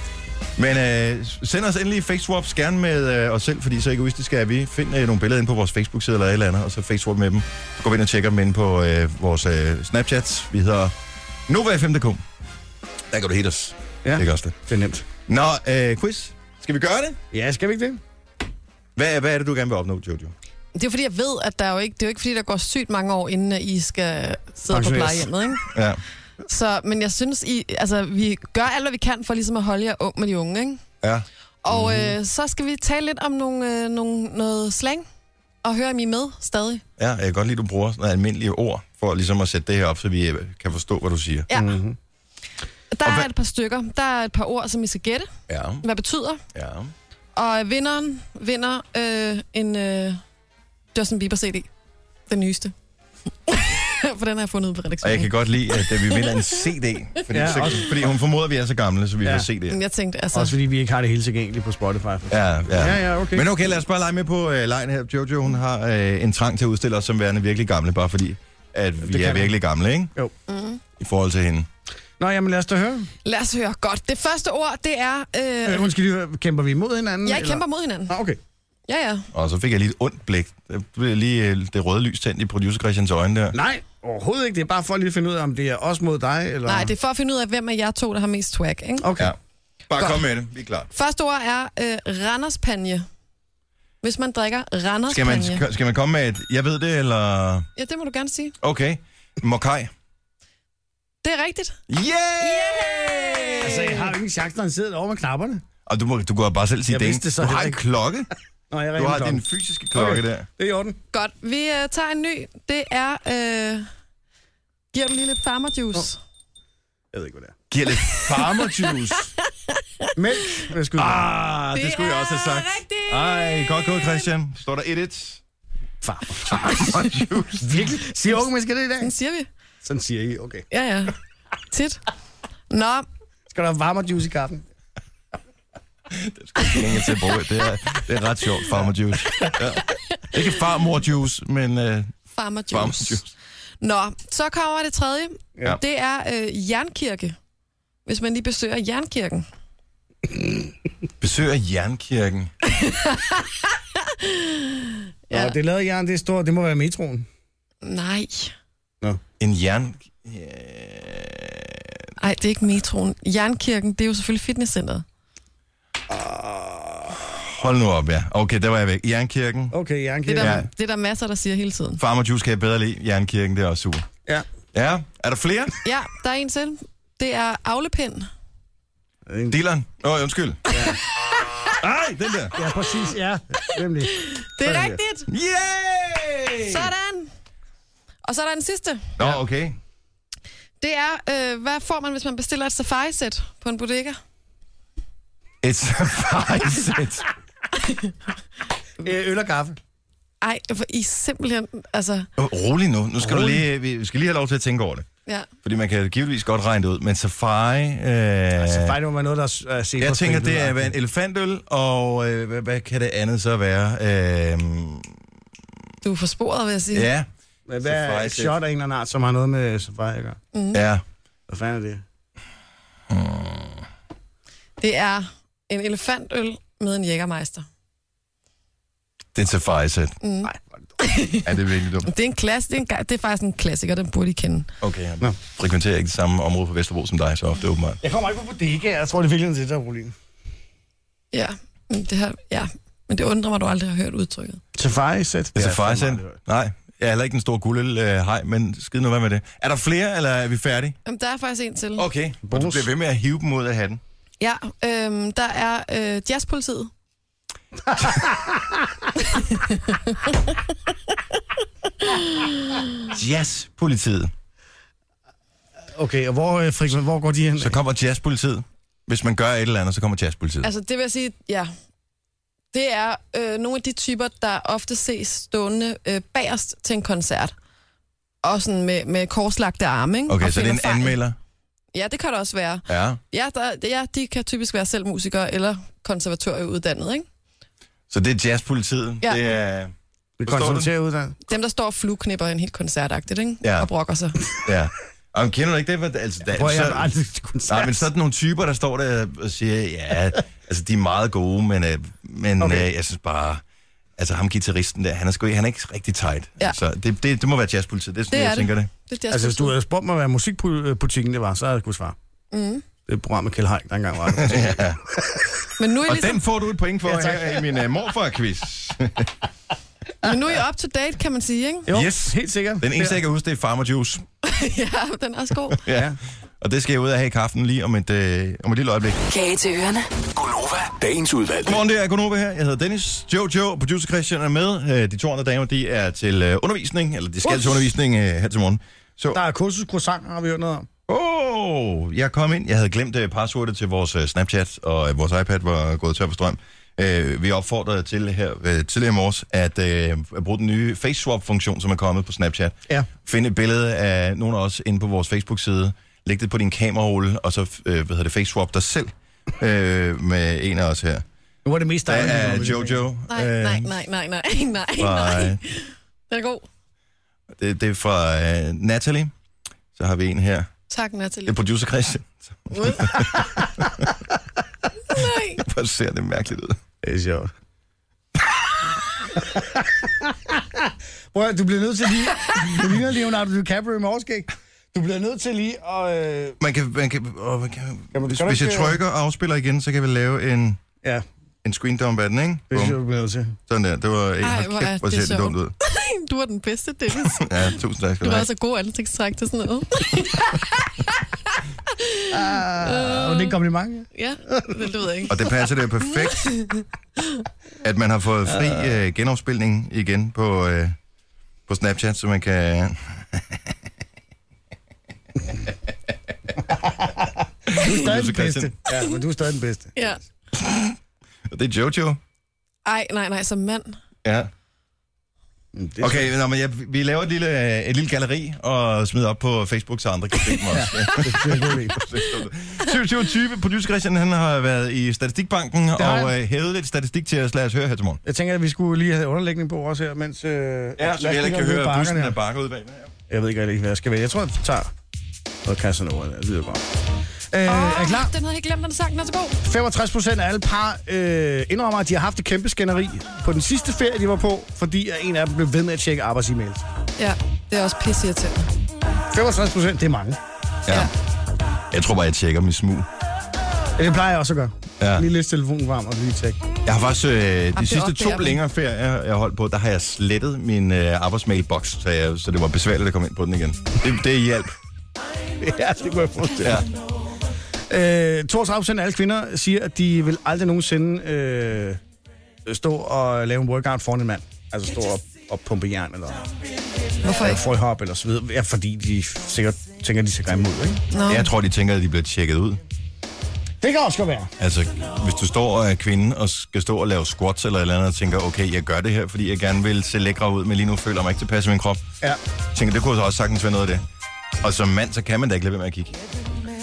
Men øh, send os endelig face-swaps gerne med øh, os selv, fordi så egoistiske er vi. Find øh, nogle billeder ind på vores Facebook-side eller et eller andet, og så face-swap med dem. Så går vi ind og tjekker dem ind på øh, vores øh, Snapchat. Vi hedder NovaFM.dk. Der kan du hit os.
Ja.
Det kan også det.
Det er nemt.
Nå, øh, quiz. Skal vi gøre det?
Ja, skal vi ikke det?
Hvad, hvad er det, du gerne vil opnå, Jojo?
Det er fordi, jeg ved, at der er jo ikke, det er jo ikke fordi, der går sygt mange år, inden øh, I skal sidde på
Pensioneres.
plejehjemmet, ikke?
Ja.
Så, men jeg synes, I, altså, vi gør alt, hvad vi kan for ligesom at holde jer ung med de unge. Ikke?
Ja.
Og
Mhm.
mm. øh, så skal vi tale lidt om nogle, øh, nogle, noget slang, og høre, om I er med stadig.
Ja, jeg kan godt lide, at du bruger sådan nogle almindelige ord, for ligesom at sætte det her op, så vi øh, kan forstå, hvad du siger.
Ja. Mm-hmm.
Mhm.
Der
Og
er
hvad-
et par stykker. Der er et par ord, som I skal gætte,
Ja,
hvad betyder.
ja.
Og vinderen vinder øh, en øh, Justin Bieber CD. Den nyeste. *laughs* For den har jeg fundet ud på
Og jeg
redaktionen.
kan godt lide, at øh, vi vinder en CD, fordi, ja,
Ja,
så,
også-
fordi hun formoder, at vi er så gamle, så vi ja.
Ja.
har CD.
Men Jeg tænkte, altså...
Også fordi vi ikke har det hele tilgængeligt på Spotify.
Ja, ja.
Ja, ja, okay.
Men okay, lad os bare lege med på øh, lejen her. Jojo, hun har øh, en trang til at udstille os som værende virkelig gamle, bare fordi at vi
kan
er
hun.
virkelig gamle, ikke?
Jo.
I forhold til hende.
Nå, jamen lad os da høre.
Lad os høre godt. Det første ord, det er...
Øh,
Øh,
Undskyld, lige høre, kæmper vi imod hinanden?
jeg kæmper mod hinanden.
Ah, okay.
Ja, ja.
Og så fik jeg lige et ondt blik. Der blev lige øh, det røde lys tændt i producer Christians øjne der.
Nej, overhovedet ikke. Det er bare for lige at finde ud af, om det er os mod dig, eller...
Nej, det er for at finde ud af, hvem af jer to, der har mest twag. Ikke?
Okay.
Ja.
Ja.
Bare
Godt.
kom med det, vi er klar.
Første ord er øh, Randerspanje. Hvis man drikker
Skal man,
Randerspanje.
skal, skal man komme med et, jeg ved det, eller...
Ja, det må du gerne sige.
Okay. Mokai.
Det er rigtigt.
Yeah!
Altså, jeg
yeah!
har jo ingen chance, når han sidder over med knapperne.
Og du, må, du kan bare selv sige
Jeg
det.
vidste
ikke?
det så
Du har
heller
en
ikke.
klokke.
Nå, jeg
Du
ringer
har
klokken.
din fysiske klokke
Okay.
der.
Det er i orden.
Godt. Vi øh, tager en ny. Det er... Øh, giver dem lige lidt farmerjuice. Oh.
Jeg ved ikke, hvad det er.
Giver
*laughs*
lidt farmer juice.
Mælk, hvad skulle ah.
Ah, det, det skulle jeg også have sagt.
er rigtigt.
Ej, godt gået, Christian. Står der 1-1? Farmer juice.
*laughs* Virkelig? Siger unge mennesker det i dag?
Den siger vi.
Sådan siger I, okay.
Ja, ja. Tit. Nå,
Skal der varme juice i kaffen?
Ingen til at bruge. Det er, det er ret sjovt, farmer juice. Ja. Ikke farmor juice, men øh,
farmerjuice.
farmer juice.
Nå, så kommer det tredje.
Ja.
Ja. Det er øh, jernkirke. Hvis man lige besøger jernkirken.
Besøger Jernkirken.
Ja.
Ja.
Og det lavede jern, det er stort. Det må være metroen.
Nej.
En jern... Øh,
Nej, det er ikke metroen. Jernkirken, det er jo selvfølgelig fitnesscenteret.
Hold nu op, ja. Okay, der var jeg væk. Jernkirken.
Okay, jern
Det er der,
Ja.
ja. det er der masser, der siger hele tiden.
Farmer juice kan jeg bedre lide. Jernkirken, det er også super.
Ja.
Ja, er der flere?
Ja, der er en selv. Det er Avlepind.
Dilleren. Åh, oh, undskyld. Ej, den der.
Ja, præcis, ja. Nemlig.
Det er
Sådan der.
rigtigt.
Yay!
Sådan. Og så er der en sidste.
Nå, okay.
Det er, øh, hvad får man, hvis man bestiller et safari-sæt på en bodega?
Et safari set.
Øh, øl og kaffe.
Ej, for I er simpelthen, altså,
Åh, Rolig nu. Nu skal, du lige, vi vi skal lige have lov til at tænke over det.
ja.
Fordi man kan givetvis godt regne det ud, men safari... Øh,
Så
altså,
fejl må være noget, der er set
jeg
på
tænker, det er
spillet.
hvad en elefantøl, og øh, hvad, hvad kan det andet så være? Øh,
Du er forsporet, vil jeg sige.
ja,
Hvad- Hvad er
Safari
et
set.
shot af en eller anden art, som har noget med safari at gøre?
ja.
Hvad fanden er det?
Det er en elefantøl med en jægermeister.
Det er et safari set. Nej, er det virkelig dumt?
Det er, en klasse, det, er en, ga- det er faktisk en klassiker, den burde I kende.
Okay, jeg frekventerer ikke det samme område på Vesterbro som dig så ofte, åbenbart.
Jeg kommer ikke på bodega. Jeg tror, det er virkelig det, der er problemet.
Ja, men Mm, det, her, ja. men det undrer mig, at du aldrig har hørt udtrykket.
Safari set.
Et safari set? Nej, jeg er heller ikke den store guldel, øh, hej, men skid nu, hvad med det? Er der flere, eller er vi færdige?
Jamen, der er faktisk en til.
Okay, og du
Bonus.
bliver ved med at hive dem ud af hatten.
Ja, øhm, der er øh, jazzpolitiet.
Jazzpolitiet.
Okay, og hvor, øh, Friksen, hvor går de hen?
Så kommer jazzpolitiet. Hvis man gør et eller andet, så kommer jazzpolitiet.
Altså, det vil jeg sige, ja. Det er øh, nogle af de typer, der ofte ses stående øh, bagerst til en koncert. Og sådan med, med korslagte arme, ikke?
Okay,
og
så det er
finder
en
fejl.
anmelder.
Ja, det kan det også være.
Ja.
Ja, der, ja, de kan typisk være selv musikere eller konservatorieuddannet, ikke?
Så det er jazzpolitiet.
Ja.
Det er...
Vi
Forstår
konsulterer ud der.
Dem, der står og flueknipper en helt koncertagtigt, ikke?
Ja.
Og brokker sig.
Ja. Og kender du ikke det? Hvad- Altså, der,
Hvor jeg
så,
aldrig til koncert.
nej, men sådan nogle typer, der står der og siger, ja, altså de er meget gode, men, øh, men okay.
Okay.
øh, jeg synes bare, altså ham gitarristen der, han er, sgu, ikke- han er ikke rigtig tight.
Ja.
Altså, det, det, det må være jazzpolitiet, det er sådan,
Det
det jeg
er
tænker det.
Det er
Altså, hvis du
jazzpolitiet.
havde spurgt mig, hvad musikbutikken det var, så havde jeg kunne svare.
Mm.
Det er et program med Kjell Haik, der engang var det.
Men nu er I
Og
ligesom
den får du et point for
Ja,
ja,
tak.
her i min uh,
*laughs*
morfar-quiz.
Men nu er I up to date, kan man sige, ikke?
Jo,
Yes.
yes. helt sikkert.
Den eneste, jeg kan huske, det er Farmer Juice.
*laughs* ja, den er også god.
Ja. Og det skal jeg ud af have i kaffen lige om et, øh, om et lille øjeblik.
Kage til ørerne.
Gonova, dagens udvalgte.
Godmorgen, det er Gunova her. Jeg hedder Dennis. Jojo, producer Christian er med. Øh, De to andre damer, de er til øh, undervisning, eller de skal til undervisning øh, her til morgen. Så,
Der er kursus croissant, har vi hørt noget om.
åh, oh, jeg kom ind. Jeg havde glemt øh, passwordet til vores øh, Snapchat, og øh, vores iPad var gået tør for strøm. Øh, vi opfordrede til her øh, tidligere i morges at, øh, at bruge den nye face swap-funktion, som er kommet på Snapchat.
Ja.
Find et billede af nogen af os inde på vores Facebook-side. Læg det på din kamerarulle, og så øh, hvad hedder det, face swap dig selv øh, med en af os her.
Nu var det mest
Der er
dejligt.
Jojo.
Nej,
øh,
nej, nej, nej, nej, nej,
Fra,
Øhm. nej.
øh,
Den er god.
det, det er fra øh, Natalie. Så har vi en her.
Tak,
Det
Natalie.
er producer Christian. *laughs*
*laughs* Nej.
Hvor ser det mærkeligt ud.
Det er sjovt. Prøv at, du bliver nødt til lige... Du ligner Leonardo DiCaprio i morgenskæg. Du bliver nødt til lige at... Øh,
Man kan, man kan, åh, man kan,
Jamen,
hvis,
kan du
hvis jeg
ikke, øh,
trykker og afspiller igen, så kan vi lave en,
ja,
en screen dump af den, ikke?
det synes jeg,
Bum.
du bliver nødt til.
Sådan der. Det var en
Ej,
hold
hvor
kæft,
er
hvor
det
ser det dumt ud.
Du er den bedste, *laughs* Dennis.
Ja, tusind tak skal du
Du har
have.
også god ansigtstræk til sådan noget. *laughs*
Og det er et kompliment, ja.
Ja, det ved jeg ikke.
Og det passer det jo
*laughs*
perfekt, at man har fået fri øh, genopspilning igen på, øh, på Snapchat, så man kan...
Du er stadig den
Christian.
bedste. Ja, men du er stadig den bedste.
Ja.
Og det er Jojo.
Ej, nej, nej, som mand.
Ja.
Mm, Det er
Okay, nå, men jeg, vi laver et lille, øh, et lille galeri og smider op på Facebook, så andre kan se *laughs* dem også.
en god idé.
*laughs* 2720, producer Christian, han har været i Statistikbanken
har
og øh, hævet lidt statistik til os. Lad os høre her til morgen.
Jeg tænker, at vi skulle lige have underlægning på også her, mens... Øh, ja,
bakker ud bagved.
Jeg ved ikke rigtig, hvad jeg skal vælge. Jeg tror, jeg tager noget Casanova. der. Det lyder godt. Øh, er I
Ah,
klar?
Den havde jeg ikke glemt, den sang, den er så god.
65 procent af alle par øh, indrømmer, at de har haft et kæmpe skænderi på den sidste ferie, de var på, fordi at en af dem blev ved med at tjekke arbejds-e-mails.
Ja, det er også pisse til.
65 procent, det er mange.
Ja. Jeg tror bare, jeg tjekker min smug.
Det plejer jeg også at gøre.
Ja.
Ja. Lige lidt telefonen frem og lige tjekke. *laughs*
Jeg har faktisk øh, de
det
sidste
opdager
to
man.
længere ferier, jeg har holdt på, der har jeg slettet min øh, arbejdsmailbox, så, jeg, så det var besværligt at komme ind på den igen. Det, det hjælp.
ja, det kunne jeg forestille
Ja.
mig. Øh, 32 procent af alle kvinder siger, at de vil aldrig nogensinde øh, stå og lave en workout foran en mand. Altså stå og, og pumpe jern eller
Hvorfor ikke?
frøhop eller så videre. Ja, fordi de sikkert tænker, at de ser grimme ud, ikke?
Nå.
Jeg tror, de tænker, at de bliver tjekket ud.
Det kan også godt være.
Altså, hvis du står og er kvinde og skal stå og lave squats eller et eller andet, og tænker, okay, jeg gør det her, fordi jeg gerne vil se lækre ud, men lige nu føler jeg mig ikke tilpas i min krop.
Ja.
tænker, det kunne så også sagtens være noget af det. Og som mand, så kan man da ikke lade være med at kigge.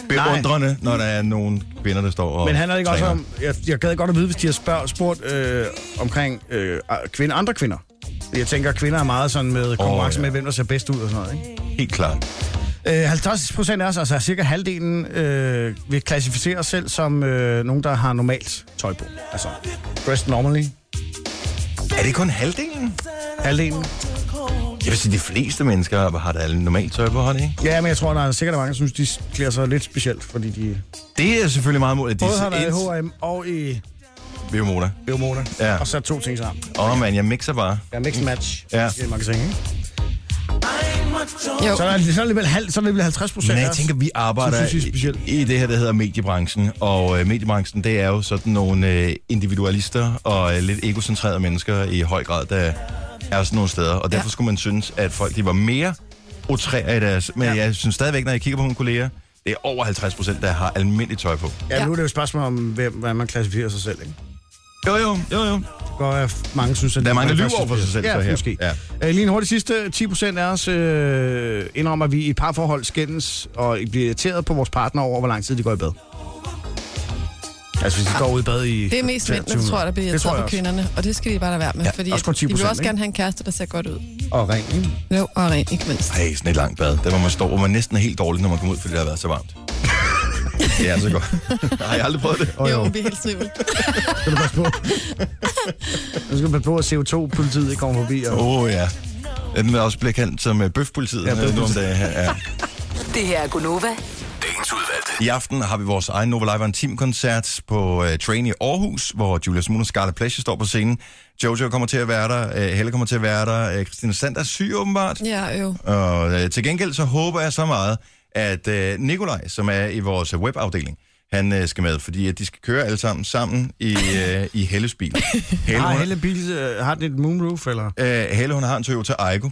Beundrende, Nej. når der er nogle kvinder, der står og
Men handler det ikke også
træner.
om, jeg, jeg gad godt at vide, hvis de har spørg, spurgt øh, omkring øh, kvinder, andre kvinder. Jeg tænker, at kvinder er meget sådan med konkurrence
ja.
oh, ja. med, hvem der ser bedst ud og sådan noget. Ikke?
Helt klart.
Øh, 50 procent af os, altså cirka halvdelen, øh, vil klassificere os selv som øh, nogen, der har normalt tøj på. Altså, dressed normally.
Er det kun halvdelen?
Halvdelen.
Jeg vil sige, de fleste mennesker har da alle normalt tøj på, har de ikke?
Ja, men jeg tror, der er sikkert mange, der synes, de klæder sig lidt specielt, fordi de
Det er selvfølgelig meget mod, at de
både har
er
været i
ens.
H&M og i
Biomoda.
Beomona.
Ja.
Og så to ting sammen.
Åh, oh, man, jeg mixer bare.
Ja, mix and match.
Ja.
siger man kan sige, ikke?
Jo.
Så er der så er det halv, så er det 50 procent
Men jeg tænker, vi arbejder
Så synes jeg specielt.
i, i det her, der hedder mediebranchen. Og øh, mediebranchen, det er jo sådan nogle øh, individualister og øh, lidt egocentrerede mennesker i høj grad, der er sådan nogle steder. Og derfor skulle man synes, at folk de var mere utrære i deres... Men ja. jeg synes stadigvæk, når jeg kigger på mine kolleger, det er over 50 procent, der har almindeligt tøj på.
Ja, nu er det jo et spørgsmål om, hvem, hvordan man klassificerer sig selv, ikke?
Jo, jo, jo, jo.
Godt, at mange synes, at...
Der er mange, der
man
lyver over for sig selv,
Ja,
så her.
måske.
Ja.
Ja. Øh, lige en hurtig sidste. 10 procent af os øh, indrømmer, at vi i et parforhold skændes og bliver irriteret på vores partner over, hvor lang tid de går i bad. Altså, hvis de går ud i bad i...
Det er mest mænd,
23
der tror, der bliver
Det tror
irriteret
jeg
på
også.
kvinderne, og det skal de bare lade være med,
Ja,
fordi
også kun 10%,
de vil også
ikke?
gerne have en kæreste, der ser godt ud.
Og ring, ikke?
Jo, og rent, ikke mindst.
Ej, sådan et langt bad, der hvor man står, hvor man næsten er helt dårlig, når man kommer ud, fordi det har været så varmt. *laughs* Det er så godt. *laughs* har jeg aldrig prøvet det?
Og
Jo, vi er helt snivel.
Skal du passe på? nu skal du passe på, at CO2-politiet ikke kommer forbi. Og...
Åh, oh, ja. Den er også blevet kendt som uh, bøfpolitiet.
Ja,
Ja, bøfpolitiet.
bøfpolitiet.
Ja.
Det her er Gunova.
Dagens udvalgte.
I aften har vi vores øh, egen Nova Live Team koncert på uh, Train i Aarhus, hvor Julius Moon og Scarlet Pleasure står på scenen. Jojo kommer til at være der, øh, Helle kommer til at være der, øh, Christina Sand er syg åbenbart.
Ja, jo.
Og øh, til gengæld så håber jeg så meget, at øh, Nikolaj, som er i vores øh, webafdeling, han øh, skal med, fordi at de skal køre alle sammen sammen i, øh, i Helles bil. Helle,
Har
hun,
hele bil, øh, har den et moonroof, eller?
øh, Helle, hun har en Toyota Aygo,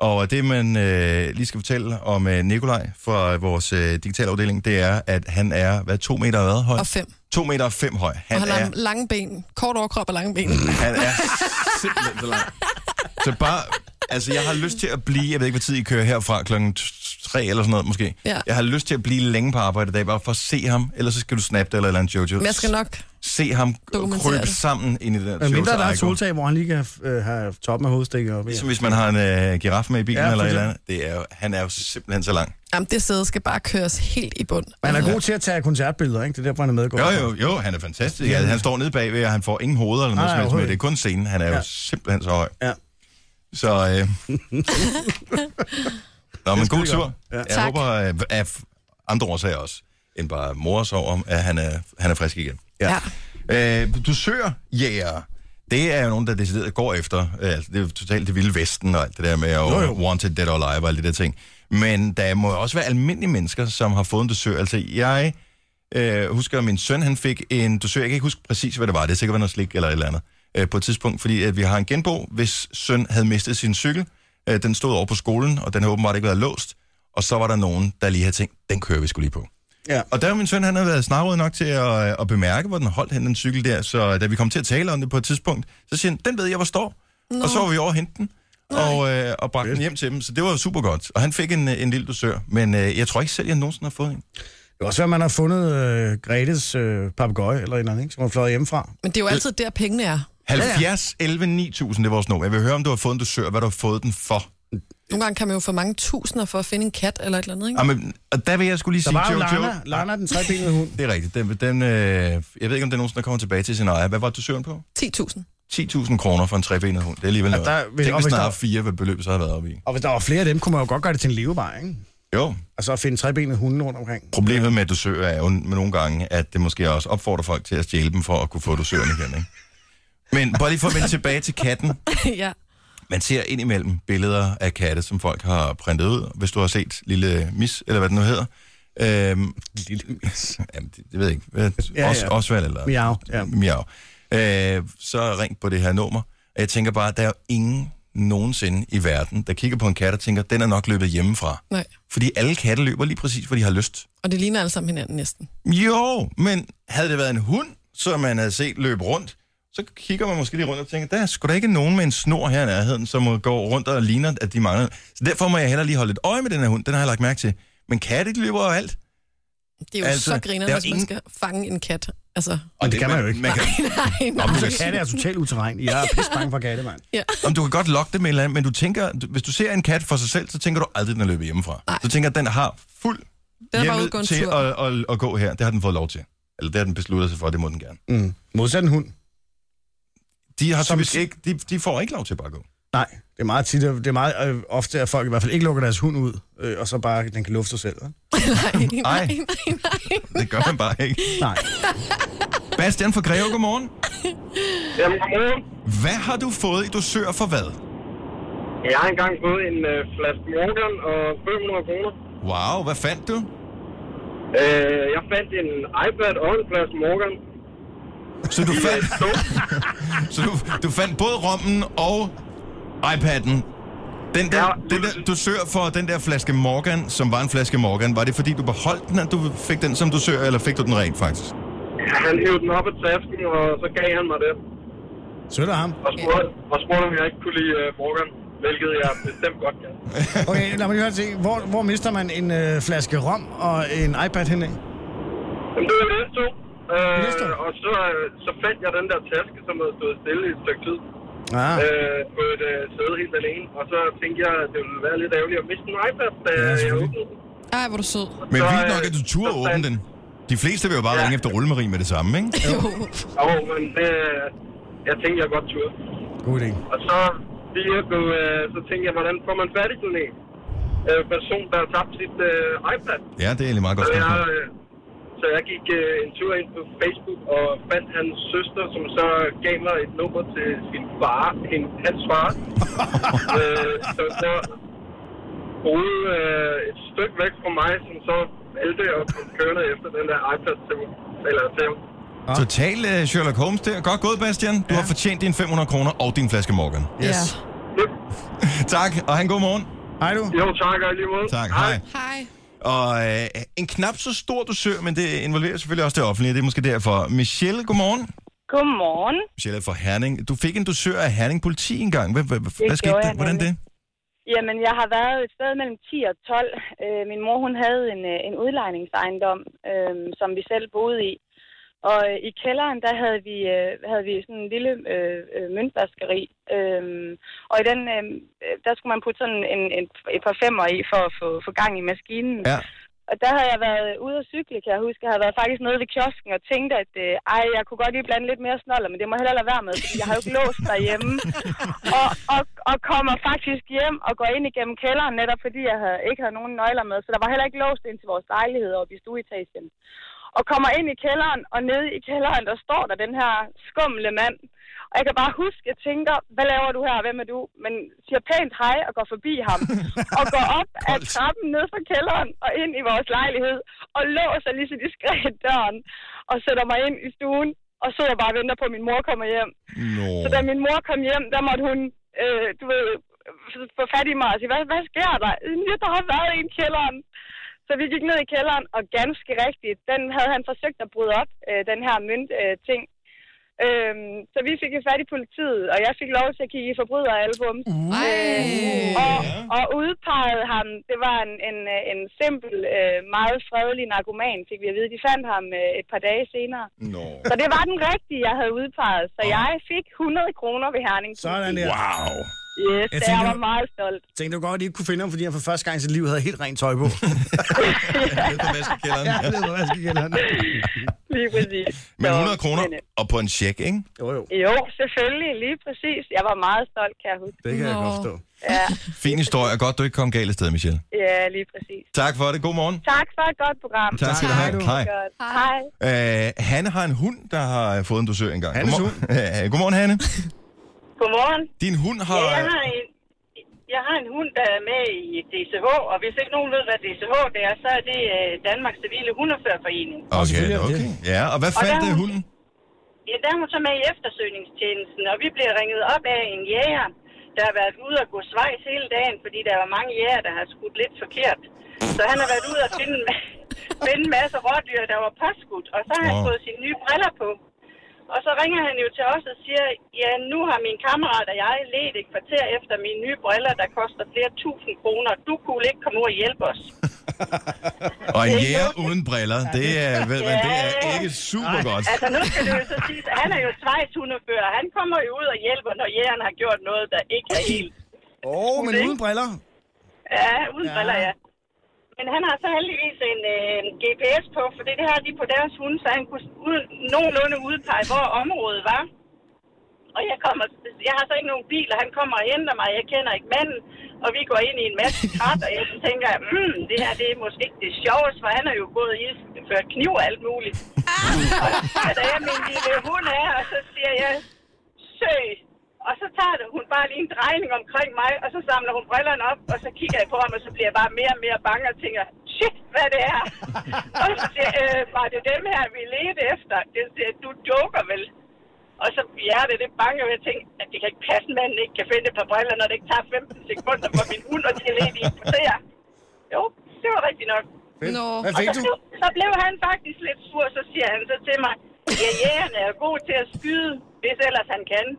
og det man øh, lige skal fortælle om øh, Nikolaj fra vores øh, digitale afdeling, det er, at han er, hvad, to meter hvad høj?
Og fem.
2 meter og fem høj.
Og
Han
han
er,
har lange ben. Kort overkrop og lange ben.
han
*laughs*
er simpelthen så lang. Så bare, altså jeg har lyst til at blive, jeg ved ikke, hvad tid I kører herfra, klokken t- tre eller sådan noget måske.
Ja.
Jeg har lyst til at blive længe på arbejde i dag, bare for at se ham, ellers så skal du snappe det eller et eller andet Jojo.
Men jeg skal nok...
Se ham
dokumentere
krybe
det.
sammen ind i den der
Men mindre
Toyota
der er et
Aygo.
soltag, hvor han lige kan øh, have toppen af hovedstikker op. Ja.
Ligesom hvis man har en øh, giraf med i bilen
Ja,
ja, eller et
for
eller andet. Det er jo, han er jo simpelthen så lang.
Jamen, det sæde skal bare køres helt i bund.
Man er god til at tage koncertbilleder, ikke? Det er derfor, han er med
Jo, jo, jo, han er fantastisk. Ja, han står nede bagved, og han får ingen hoveder eller
Nej,
noget som helst med.
overhovedet
Det er kun scenen. Han er jo
Ja.
simpelthen så høj.
Ja. *laughs*
Så, øh... Nå, men god
skidegodt.
tur.
Ja.
Jeg
Tak.
håber, øh, af andre årsager også, end bare mors over, at han er, han er frisk igen.
Ja.
Øh, dusørjæger, det er jo nogen, der decideret går efter. Øh, altså, det er jo totalt det vilde vesten og alt det der med jo, jo. wanted dead or alive og alle de der ting. Men der må også være almindelige mennesker, som har fået en dusør. Altså, jeg øh, husker, at min søn han fik en dusør. Jeg kan ikke huske præcis, hvad det var. Det er sikkert noget slik eller et eller andet. Øh, på et tidspunkt, fordi at vi har en genbo, hvis søn havde mistet sin cykel. Øh, den stod over på skolen, og den havde åbenbart ikke været låst. Og så var der nogen, der lige havde tænkt, den kører vi skulle lige på. Og der var min søn, han havde været snarråd nok til at, at bemærke, hvor den holdt hen, den cykel der. Så da vi kom til at tale om det på et tidspunkt, så siger han, den ved jeg, hvor står. Nå. Og så var vi over og hente den, og, øh, og bragte den hjem til dem. Så det var jo super godt. Og han fik en, øh, en lille dusør, men øh, jeg tror ikke selv, jeg nogensinde har fået en.
Det kan også være, man har fundet øh, Gretes øh, papegøje eller en eller anden, ikke? som er fløjet hjemmefra.
Men det er jo altid der, pengene er.
70, 11, 9000, det var vores nummer. Jeg vil høre, om du har fået en dusør, hvad du har fået den for.
Nogle gange kan man jo få mange tusinder for at finde en kat eller et eller andet, ikke?
Jamen, og der vil jeg skulle lige
Der
sige,
var jo
Jojo.
Lana, Lana den trebenede hund.
Det er rigtigt. Den, den, øh, jeg ved ikke, om den nogensinde kommer tilbage til sin ejer. Hvad var dusøren på?
10.000.
10.000 kroner for en trebenet hund. Det er alligevel
Ja,
noget.
der vil-
Tænk,
og
hvis
hvis
snart
der-
fire, hvad beløbet så har været oppe i.
Og hvis der var flere af dem, kunne man jo godt gøre det til en levebar, ikke?
Jo,
Altså at finde trebenede hunde rundt omkring.
Problemet med dosører er jo med nogle gange, at det måske også opfordrer folk til at stjæle dem for at kunne få dosøren igen, ikke? Men bare lige for at vende tilbage til katten.
*laughs* ja.
Man ser indimellem billeder af katte, som folk har printet ud. Hvis du har set Lille Mis, eller hvad den nu hedder. Øhm, Lille Mis? Jamen, det, det ved jeg ikke. Hvad-
ja.
Os, Osvald eller...
Miau. Ja.
Miau. Øh, så ring på det her nummer. Og jeg tænker bare, at der er jo ingen nogensinde i verden, der kigger på en kat og tænker, den er nok løbet hjemmefra.
Nej.
Fordi alle katte løber lige præcis, hvor de har lyst.
Og det ligner alle sammen hinanden næsten.
Jo, men havde det været en hund, som man havde set løbe rundt, så kigger man måske lige rundt og tænker, der er sgu da ikke nogen med en snor her i nærheden, som må gå rundt og ligner, at de mangler. Så derfor må jeg heller lige holde lidt øje med den her hund, den har jeg lagt mærke til. Men katte, de løber jo alt.
Det er jo
Altså,
altså, så
der
griner,
er
hvis ingen...
ingen-
man skal fange en kat. Altså, *laughs*
Og det, det kan man jo ikke.
Man kan,
nej, nej.
Men katte er totalt uterren. Jeg er pisse bange for katte, mand.
om du kan godt lokke det med et eller andet, men du tænker, du- hvis du ser en kat for sig selv, så tænker du aldrig, den er løbet hjemmefra.
Nej.
Så tænker den har fuld
bare ude
hjemmel
og gå en
til
tur.
at, at, at, gå her. Det har den fået lov til. Eller det har den besluttet sig for, det må den gerne.
Mm. Modsat en hund.
De, har
Som-
typisk ikke, de, de får ikke lov til at bare gå.
Nej, det er meget tit, det er meget øh, ofte, at folk i hvert fald ikke lukker deres hund ud, øh, og så bare, den kan lufte sig selv. ikke?
nej,
*laughs* Ej.
nej, nej, nej.
Det gør man bare ikke.
Nej.
Bastian fra Greve, godmorgen.
Jamen, godmorgen.
Hvad har du fået i dosør for hvad?
Jeg har engang fået en øh, flaske Morgan og 500 kroner.
Wow, hvad fandt du?
Øh, jeg fandt en iPad og en flaske Morgan.
Så du
*laughs*
fandt,
Så,
så du, du fandt både rommen og iPad'en. Den der,
Ja.
den der dosør for den der flaske Morgan, som var en flaske Morgan, var det fordi du beholdt den, at du fik den som dosør, eller fik du den rent faktisk?
han hævde den op af tasken, og så gav han mig det.
Sødt af ham.
Og spurgte, og spurgte om jeg ikke kunne lide øh, Morgan, hvilket jeg bestemt godt kan.
Okay, lad mig lige høre til. Hvor, hvor mister man en øh, flaske rom og en iPad henad?
Jamen, det var næste to.
Næste
Øh,
år?
og så, øh, så fandt jeg den der taske, som havde stået stille i et stykke tid.
Ah,
Øh, på et øh, sæde helt alene. Og så tænkte jeg, at det ville være lidt ærgerligt at miste en iPad, da
Ja,
jeg
selvfølgelig.
åbnede den.
Ej, hvor er du sød.
Men
Så,
vildt nok,
øh,
at du turde
så
åbne
fandt-
den. De fleste vil jo bare
Ja.
ringe efter rullemarie med det samme, ikke?
Jo.
Jo, men øh, jeg tænkte, jeg godt turde.
god idé.
Og så lige efter, øh, så tænkte jeg, hvordan får man fat i den en øh, person, der har tabt sit øh, iPad?
Ja, det er egentlig meget godt
Så jeg,
spørgsmål.
øh, Så jeg gik øh, en tur ind på Facebook og fandt hans søster, som så gav mig et nummer til sin far, en, hans
*laughs*
far. øh, som så boede øh, et stykke væk fra mig, som så valgte at komme kørende efter den der iPad til, mig- eller til ham.
Ja. Total øh, Sherlock Holmes der. Godt gået, Bastian. Du ja. har fortjent dine 500 kroner og din flaske Morgan.
Yes.
Yep.
tak, og han god morgen.
Hej du.
Jo, tak, og i lige måde.
Tak, hej.
Hej.
Og øh, en knap så stor dusør, men det involverer selvfølgelig også det offentlige. Det er måske derfor. Michelle, godmorgen.
Godmorgen.
Michelle er fra Herning. Du fik en dusør af Herning Politi engang. Hvad, hvad, hvad, hvad skete
gjorde
der?
jeg
Hvordan det?
nemlig. Jamen, jeg har været et sted mellem 10 og 12. Øh, min mor, hun havde en, øh, en udlejningsejendom, øh, som vi selv boede i. Og øh, i kælderen, der havde vi, øh, havde vi sådan en lille øh, øh, møntvaskeri. Øh, og i den, øh, der skulle man putte sådan en, en, et par femmer i for at få, få gang i maskinen.
Ja.
Og der havde jeg været ude at cykle, kan jeg huske. Jeg havde været faktisk nede ved kiosken og tænkte, at øh, ej, jeg kunne godt lige blande lidt mere snoller, men det må jeg heller lade være med, fordi jeg har jo ikke låst derhjemme. Og, og, og kommer faktisk hjem og går ind igennem kælderen, netop fordi jeg havde, ikke havde nogen nøgler med, så der var heller ikke låst ind til vores lejlighed oppe i stueetagen. Og kommer ind i kælderen, og nede i kælderen, der står der den her skumle mand. Og jeg kan bare huske, jeg tænker, hvad laver du her, hvem er du? Men siger pænt hej og går forbi ham. og går op af
Koldt.
trappen ned fra kælderen og ind i vores lejlighed. Og låser lige så diskret døren og sætter mig ind i stuen. Og så jeg bare og venter på, at min mor kommer hjem.
Nå.
Så da min mor kom hjem, der måtte hun, øh, du ved, f- få fat i mig og sige, hvad, hvad sker der? Ja, der har været en i kælderen. Så vi gik ned i kælderen, og ganske rigtigt, den havde han forsøgt at bryde op, øh, den her møntting. Øh, ting. øhm, så vi fik jo fat i politiet, og jeg fik lov til at kigge i forbryderalbum.
Ej.
Øh, Og, og udpegede ham. Det var en, en, øh, en simpel, øh, meget fredelig narkoman, fik vi at vide. De fandt ham øh, et par dage senere.
*laughs* Nå.
Så det var den rigtige, jeg havde udpeget. Så jeg fik 100 kroner ved Herning.
Sådan der.
Wow.
Yes,
Jeg
jeg
tænker-
jeg var meget stolt.
Tænkte du godt, at I ikke kunne finde ham, fordi han for første gang i sit liv havde helt rent tøj *laughs* på.
Nede på vaskekælderen.
ja, det var vaskekælderen.
Lige præcis.
*laughs* Men
Så,
100 kroner
men, øh,
og på en check, ikke?
Jo, jo.
Jo, selvfølgelig. Lige præcis. Jeg var meget stolt, kan jeg huske.
Det kan jeg
Nå.
godt forstå.
Ja,
Fin historie, og godt du ikke kom galt af sted, Michelle.
ja lige præcis.
Tak for det. God morgen.
Tak for et godt program.
Tak skal du have. Hej.
Godt.
Øh,
Hej.
Hanne har en hund, der har fået en dusør engang.
Hannes
*laughs* Godmor- Øh, Godmorgen, Hanne.
Godmorgen.
Din hund har...
Ja, jeg har en, jeg har en hund, der er med i DCH, og hvis ikke nogen ved, hvad DCH det er, så er det øh, Danmarks Civile Hundeførforening.
Okay,
selvfølgelig er det
okay. Ja, og hvad
Og
fandt
der-
øh, hunden?
Ja, der er hun så med i eftersøgningstjenesten, og vi bliver ringet op af en jæger, der har været ude og gå svejs hele dagen, fordi der var mange jæger, der har skudt lidt forkert. Så han har været ude og finde, en ma- *laughs* finde en masse rådyr, der var påskudt, og så har han
Wow.
fået sine nye briller på. Og så ringer han jo til os og siger, ja, nu har min kammerat og jeg let et kvarter efter mine nye briller, der koster flere tusind kroner. Du kunne ikke komme ud og hjælpe os.
Og en
det er
jæger
lukket.
uden briller, det er, ved man, det er ikke super godt.
Altså, nu skal du jo så sige, at han er jo Schweiz hundefører. Han kommer jo ud og hjælper, når jægeren har gjort noget, der ikke er helt.
Åh, oh, men uden briller.
Ja, uden briller, ja. Men han har så heldigvis en øh, GPS på, for det har de på deres hunde, så han kunne uden, nogenlunde udpege, hvor området var. Og jeg, kommer, jeg har så ikke nogen bil, og han kommer og henter mig. Jeg kender ikke manden, og vi går ind i en masse krat, og jeg tænker, mm, det her det er måske ikke det sjoveste, for han har jo gået i ført kniv og alt muligt. *laughs* Og da Altså, jeg min lille hund er, og så siger jeg, søg. Og så tager det, hun bare lige en drejning omkring mig, og så samler hun brillerne op, og så kigger jeg på ham, og så bliver jeg bare mere og mere bange og tænker, shit, hvad det er. og så siger jeg, øh, var det dem her, vi ledte efter? Det siger, jeg, du joker vel? Og så hjertet, det banker, og jeg tænker, at det kan ikke passe, at manden ikke kan finde et par briller, når det ikke tager 15 sekunder for min hund, og de er ledige. Så jeg, jo, det var rigtigt nok.
Nå.
Hvad
Og
fik
så,
du?
blev, så blev han faktisk lidt sur, så siger han så til mig, ja, jægerne er jo god til at skyde, hvis ellers han kan. Ja.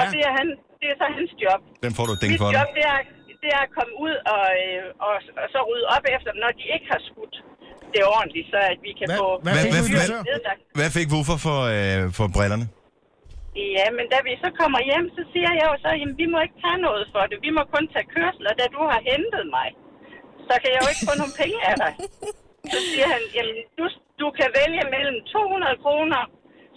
Og
Ja.
det er, han, det er så hans job.
Den får du et ding
Mit
for dig.
job, det er, det er at komme ud og, øh, og, og så rydde op efter dem, når de ikke har skudt det ordentligt, så at vi kan
Hvad-
få...
hvad
fik du i
dyret
dusør?
nedlagt.
Hvad fik Woofer for, øh, for brillerne?
Ja, men da vi så kommer hjem, så siger jeg jo så, jamen vi må ikke tage noget for det. Vi må kun tage kørsel, og da du har hentet mig, så kan jeg jo ikke få nogle penge af dig. Så siger han, jamen du, du kan vælge mellem 200 kroner,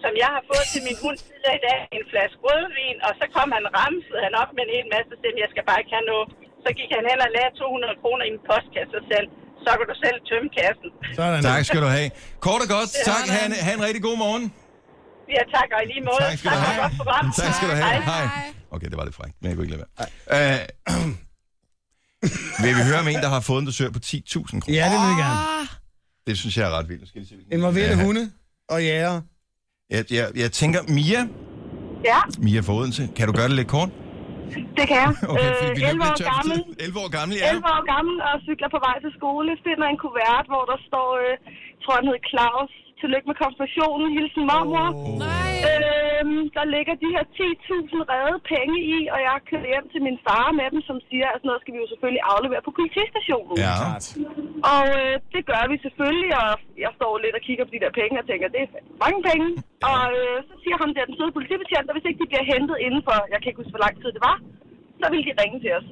som jeg har fået til min hund tidligere i dag, en flaske rødvin, og så kom han ramset han op med en hel masse til, jeg skal bare ikke have noget. Så gik han hen og lagde 200 kroner i en postkasse selv. så kan du selv tømme kassen.
Sådan. der.
Tak skal du have. Kort og godt. Tak. Ha' en, ha en rigtig god morgen.
Ja, tak, og i lige måde.
Tak skal du
for
have.
godt program.
Tak skal du have.
Hej.
Hej. Okay, det var lidt frækt, men jeg kunne ikke lade være. Øh, *clears throat* vil vi høre om en, der har fået en dusør på 10.000 kroner?
Ja, det vil jeg gerne.
Ah,
Det synes jeg er ret vildt. Nu Skal vi se, hvilken-
Involverede
Ja.
hunde og jæger.
Jeg, jeg, jeg tænker, Mia,
Ja,
Mia fra Odense, kan du gøre det lidt kort?
det kan jeg.
*laughs* Okay, fordi
øh,
vi løb
11
lidt
år
tør for
gammel.
tid. 11 Øh, år gammel, ja.
11 år gammel og cykler på vej til skole, finder en kuvert, hvor der står, øh, tror han hed Claus, tillykke med konfirmationen, hilsen mormor. Oh.
nej.
Øhm, der ligger de her 10.000 redde penge i, og jeg kører hjem til min far med dem, som siger, at sådan noget skal vi jo selvfølgelig aflevere på politistationen.
Ja.
Og øh, det gør vi selvfølgelig, og jeg står lidt og kigger på de der penge og tænker, det er fandme mange
*laughs*
penge. Og øh, så siger ham der den søde politibetjent, at hvis ikke de bliver hentet indenfor, jeg kan ikke huske, hvor lang tid det var, så ville de ringe til os.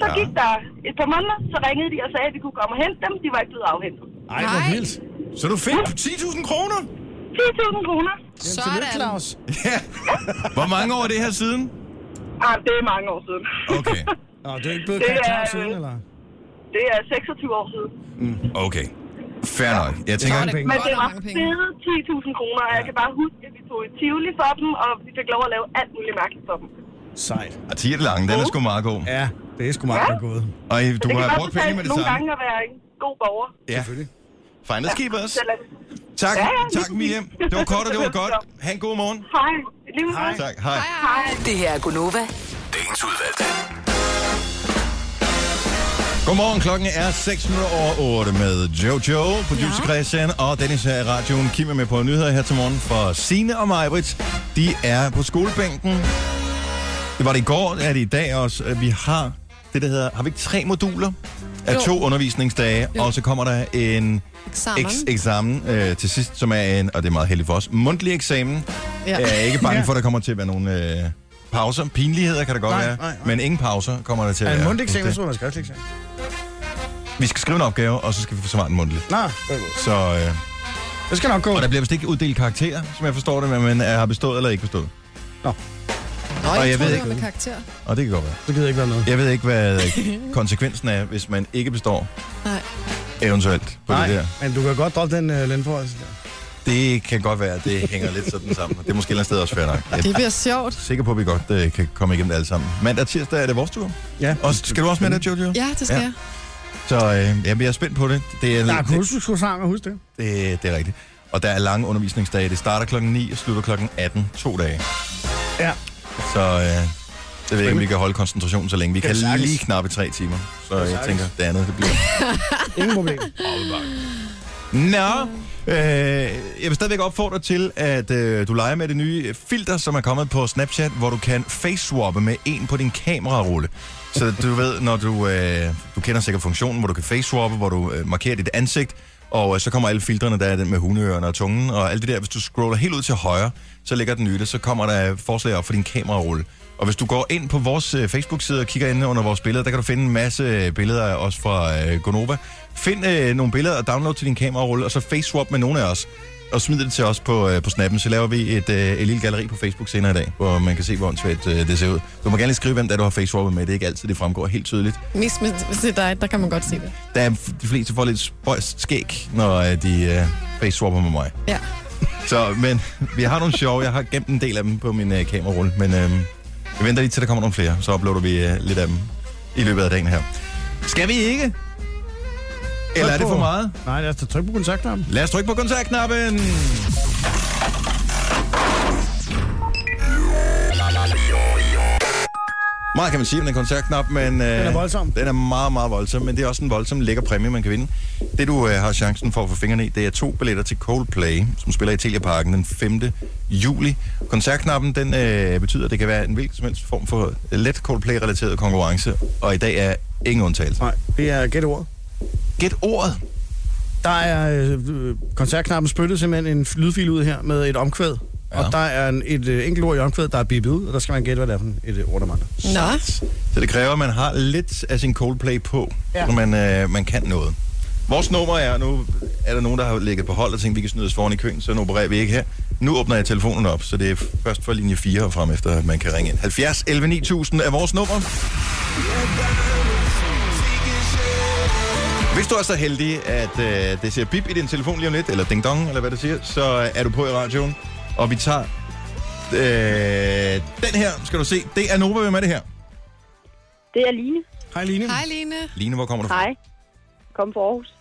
Så
Ja.
ja. gik der et par måneder, så ringede de og sagde, at vi kunne komme og hente dem. De var ikke blevet afhentet.
Ej, hvor
Nej.
vildt.
Så du fik 10.000 kroner?
10.000 kroner.
Tillykke,
Sådan.
Claus.
Ja. Hvor mange år er det her siden?
Ah, det er mange år siden.
Okay,
Nå, du er ikke blevet
Det
kaldt
er-
Claus siden, eller?
det er 26 år siden.
okay. Fair nok. Jeg tænker,
mange penge.
Men det
Godt
var
nok mange penge.
fede 10.000 kroner, og jeg kan bare huske, at vi tog et tivoli for dem, og vi fik lov at lave alt muligt mærkeligt for dem.
Sejt.
at 10 er lang, den er sgu meget god.
Ja, det er sgu meget
Ja.
godt gået.
Og I- du
Oh. det
har
kan godt
brugt penge med
betale
det
nogle
samme.
gange at være en god borger.
Ja,
Selvfølgelig.
finest keepers.
Selvom...
Tak,
Ja, ja,
tak
lige
Mia.
præcis.
Det var kort, og det var godt. Ha' en god morgen.
Hej. Lige Hej.
Tak, hej.
Hej.
Det her er Gunova.
Dagens udvalgte.
Godmorgen, klokken er 6 minutter over 8 med Jojo, producer
Ja.
Christian og Dennis her i radioen. Kim er med på nyheder her til morgen for Sine og Majbrit. De er på skolebænken. Det var det i går, det er det i dag også. Øh, Vi har det, der hedder, har vi ikke tre moduler af
Jo.
to undervisningsdage,
Jo.
og så kommer der en
Eksamen.
Ex- eksamen øh, til sidst, som er en, og det er meget heldigt for os, mundtlig eksamen.
Ja.
Jeg er ikke bange for, at der kommer til at være nogle øh, pauser. Pinligheder kan der godt
Nej,
være,
nej, nej.
men ingen pauser kommer der til
Er
at
det en
være.
mundtlig eksamen,
Det-
så er det en skriftlig eksamen?
vi skal skrive en opgave, og så skal vi forsvare den mundtligt.
Nå,
Så, øh,
det skal nok gå.
og der bliver vist ikke uddelt karakterer, som jeg forstår det, men man er, har bestået eller ikke bestået.
Nå,
Og jeg
jeg,
ved
tror, det
ikke-
var med karakter.
Og det kan godt være.
Så gider jeg ikke være med.
Jeg ved ikke, hvad øh, konsekvensen er, hvis man ikke består
Nej.
eventuelt på
Nej,
det der.
men du kan godt droppe den øh, lønforhøjelse der.
Det kan godt være, at det hænger lidt sådan sammen. Det er måske et eller andet sted også fair nok. Jeg
Det
er
bliver sjovt.
sikker på, at vi godt øh, kan komme igennem det alle sammen. Mandag og tirsdag er det vores tur.
Ja.
Og skal du også med det, Jojo?
Ja, det skal
Ja.
jeg.
Så øh, jamen, jeg er spændt på det. Det er,
Der er
det, det,
kursuskosang, husk det.
det, det er rigtigt. Og der er lange undervisningsdage. Det starter klokken 9 og slutter klokken 18. To dage.
Ja.
Så øh, det ved jeg ikke, om vi kan holde koncentrationen så længe. Vi kan
Kan sagtens.
lige knappe tre timer. Så jeg tænker, det andet, det bliver
Ingen problem.
Nå, øh, jeg vil stadigvæk opfordre til, at øh, du leger med det nye filter, som er kommet på Snapchat, hvor du kan face-swappe med en på din kamerarulle. Så du ved, når du, øh, du kender sikkert funktionen, hvor du kan face-swappe, hvor du øh, markerer dit ansigt, og øh, så kommer alle filtrene, der er den med hundeørerne og tungen, og alt det der. Hvis du scroller helt ud til højre, så ligger den nye der, så kommer der forslag op for din kamerarulle. Og hvis du går ind på vores øh, Facebook-side og kigger ind under vores billeder, der kan du finde en masse øh, billeder af os fra øh, Gonova. Find øh, nogle billeder og download til din kamerarulle, og så face-swap med nogle af os. Og smid det til os på, øh, på snappen, så laver vi et, øh, et lille galleri på Facebook senere i dag, hvor man kan se, hvor åndssvagt øh, det ser ud. Du må gerne lige skrive, hvem der du har face-swappet med. Det er ikke altid, det fremgår helt tydeligt.
Mest med, hvis det er dig, der kan man godt se det.
Der er f- de fleste får lidt spøjst skæg, når øh, de øh, face-swapper med mig.
Ja.
Så, men *laughs* vi har nogle sjove. Jeg har gemt en del af dem på min øh, kamerarulle, men øh, jeg venter lige til, der kommer nogle flere. Så uploader vi øh, lidt af dem i løbet af dagen her. Skal vi ikke? Eller er det for meget?
Nej, lad os da trykke på kontaktknappen.
Lad os trykke på kontaktknappen. Meget kan man sige om den kontaktknap, men... Øh, den
er voldsom.
Den er meget, meget voldsom, men det er også en voldsom lækker præmie, man kan vinde. Det, du øh, har chancen for at få fingrene i, det er to billetter til Coldplay, som spiller i Telia Parken den 5. juli. Kontaktknappen, den øh, betyder, at det kan være en hvilken som helst form for let Coldplay-relateret konkurrence, og i dag er ingen undtagelse.
Nej, det er gæt ord.
Gæt ordet.
Der er øh, kontaktknappen spyttet simpelthen en f- lydfil ud her med et omkvæd. Ja. Og der er en, et øh, enkelt ord i omkvædet, der er bippet ud, og der skal man gætte, hvad det er for et øh, ord, der mangler.
Nå,
Så det kræver, at man har lidt af sin Coldplay på, ja.
Ja.
så man, øh, man kan noget. Vores nummer er, nu er der nogen, der har ligget på hold og tænkt, vi kan snyde os foran i køen, så nu opererer vi ikke her. Nu åbner jeg telefonen op, så det er først for linje 4 og frem efter, at man kan ringe ind. 70 11 9000 er vores nummer. Hvis du er så heldig, at øh, det siger bip i din telefon lige om lidt, eller ding dong, eller hvad det siger, så er du på i radioen, og vi tager øh, den her, skal du se. Det er Nova, hvem er det her?
Det er Line.
Hej, Line.
Hej, Line.
Line, hvor kommer du fra?
Hej. Kom fra Aarhus.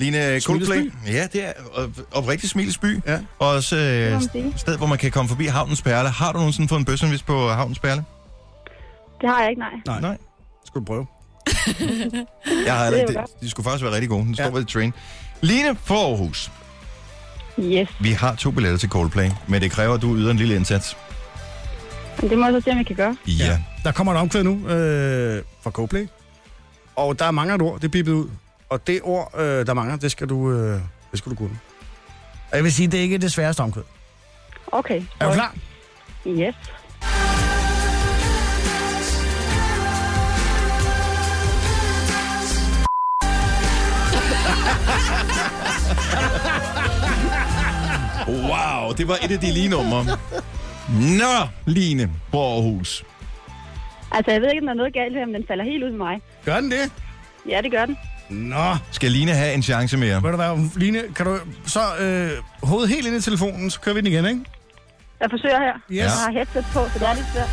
Line Coldplay.
Smilesby.
Ja, det er op- oprigtig smilesby.
Ja.
Og også øh,
man sige.
et sted, hvor man kan komme forbi Havnens Perle. Har du nogensinde fået en bøssenvis på øh, Havnens Perle?
Det har jeg ikke, nej.
Nej.
Nej.
Skal du prøve?
Jeg har heller ikke
Det er
det. De skulle faktisk være rigtig gode. Den står ja. ved train. Line fra Aarhus.
Yes.
Vi har to billetter til Coldplay, men det kræver, at du yder en lille indsats.
Men Det må jeg så se, om jeg kan gøre.
Ja. ja.
Der kommer et omkvæd nu øh, fra Coplay. Og der er mange af et ord, det er bippet ud. Og det ord, øh, der mangler, det skal du, øh, det skal du kunne. Og jeg vil sige, det er ikke det sværeste omkvæd.
Okay.
Er du klar?
Yes.
Wow, det var et af de lige numre. Nå, Line fra Aarhus.
Altså, jeg ved ikke, om der er noget galt her, men den falder helt ud med mig.
Gør den det?
Ja, det gør den.
Nå,
Skal Line have en chance mere?
ved du hvad, Line, kan du så øh, hovedet helt ind i telefonen, så kører vi den igen, ikke?
Jeg forsøger her.
Yes.
Jeg har headset på, så det er lidt svært.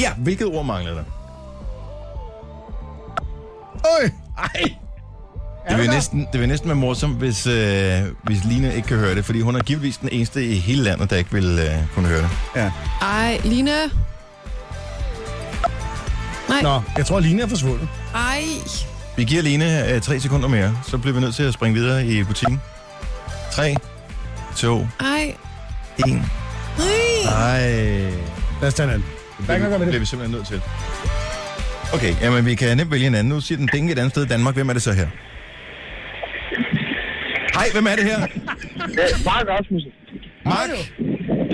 Ja, hvilket ord mangler der?
Øj!
Det vil, næsten, det vil næsten være morsomt, hvis, øh, hvis Line ikke kan høre det, fordi hun er givetvis den eneste i hele landet, der ikke vil øh, kunne høre det.
Ej, Line. Nej,
Nå, jeg tror, Line er forsvundet.
ej.
Vi giver Line øh, tre sekunder mere, så bliver vi nødt til at springe videre i butikken. 3, 2,
Ej.
1.
Ej.
Ej,
Lad os tage den anden. Der er ikke noget at gøre
det
med
bliver
det.
vi simpelthen nødt til. Okay, jamen vi kan nemt vælge en anden. Nu siger den ding et andet sted i Danmark. Hvem er det så her? Hej, hvem er det her?
Ja, Mark Rasmussen.
Mark.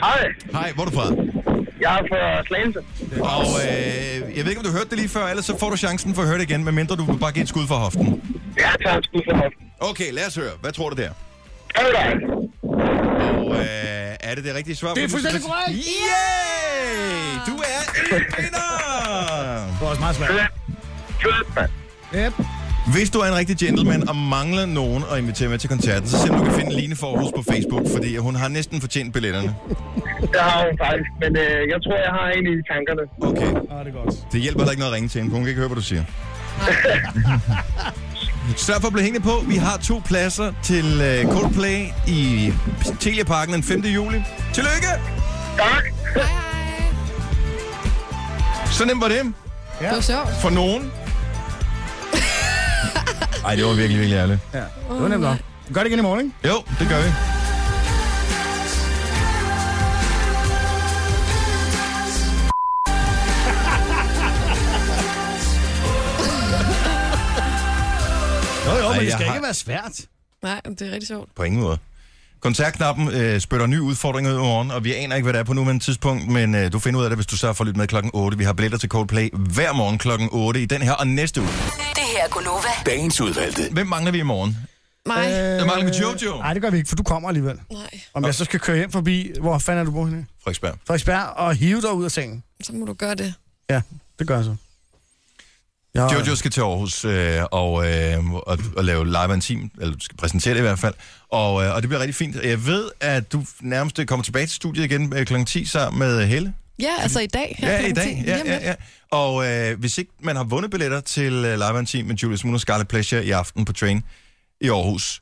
Hej,
Hej, hvor er du fra?
jeg er fra Slagelse.
Og øh, jeg ved ikke, om du hørte det lige før, ellers så får du chancen for at høre det igen, medmindre du bare giver et skud fra hoften.
Jeg tager en skud for hoften.
Okay, lad os høre. Hvad tror du der?
Hej dig.
Og øh, er det det rigtige svar?
Det er fuldstændig korrekt.
Yay! Du er en vinder!
Det var også meget svært.
Fedt, mand.
Yep.
Hvis du er en rigtig gentleman og mangler nogen at invitere med til koncerten, så se om du kan finde Line for Aarhus på Facebook, fordi hun har næsten fortjent billetterne.
Det har hun faktisk, men øh, jeg tror, jeg har en i tankerne.
Okay,
Ah, det er godt.
det hjælper heller ikke noget at ringe til hende, for hun kan ikke høre, hvad du siger. Sørg for at blive hængende på. Vi har to pladser til øh, Coldplay i Telia Parken den 5. juli. Tillykke!
Tak.
Hej, hej.
Så nemt var det.
Det var sjovt.
For nogen. Ej, det var virkelig, virkelig ærligt.
Ja. Det var nemt nok. Gør det igen i morgen, ikke?
Jo, det gør vi.
Jo, jo, men
Ej,
det
jeg
skal
har-
ikke være svært.
Nej, men det er rigtig sjovt.
På ingen måde. Kontaktknappen øh, spytter nye udfordringer ud i morgen, og vi aner ikke, hvad det er på nuværende tidspunkt, men øh, du finder ud af det, hvis du sørger for at lytte med klokken 8. Vi har billetter til Coldplay hver morgen klokken 8 i den her og næste uge.
Det her er Gunova.
Dagens udvalgte.
Hvem mangler vi i morgen?
Mig.
Øh,
Der mangler vi Jojo.
Nej, det gør vi ikke, for du kommer alligevel.
Nej,
Om jeg så skal køre hjem forbi, hvor fanden er du bor henne?
Frederiksberg.
Frederiksberg og hive dig ud af sengen.
så må du gøre det.
Ja, det gør jeg så. Jeg,
Jojo skal til Aarhus øh, og, øh, og, og lave live team, eller du skal præsentere det i hvert fald, og, øh, og det bliver rigtig fint. Jeg ved, at du nærmest kommer tilbage til studiet igen øh, kl. 10 sammen med Helle.
Ja, altså i dag. her
Ja, i
klokken
dag.
10.
Ja,
Lige om
ja,
lidt.
ja. Og øh, hvis ikke man har vundet billetter til øh, Live and Team med Julius Moon og Scarlet Pleasure i aften på Train i Aarhus.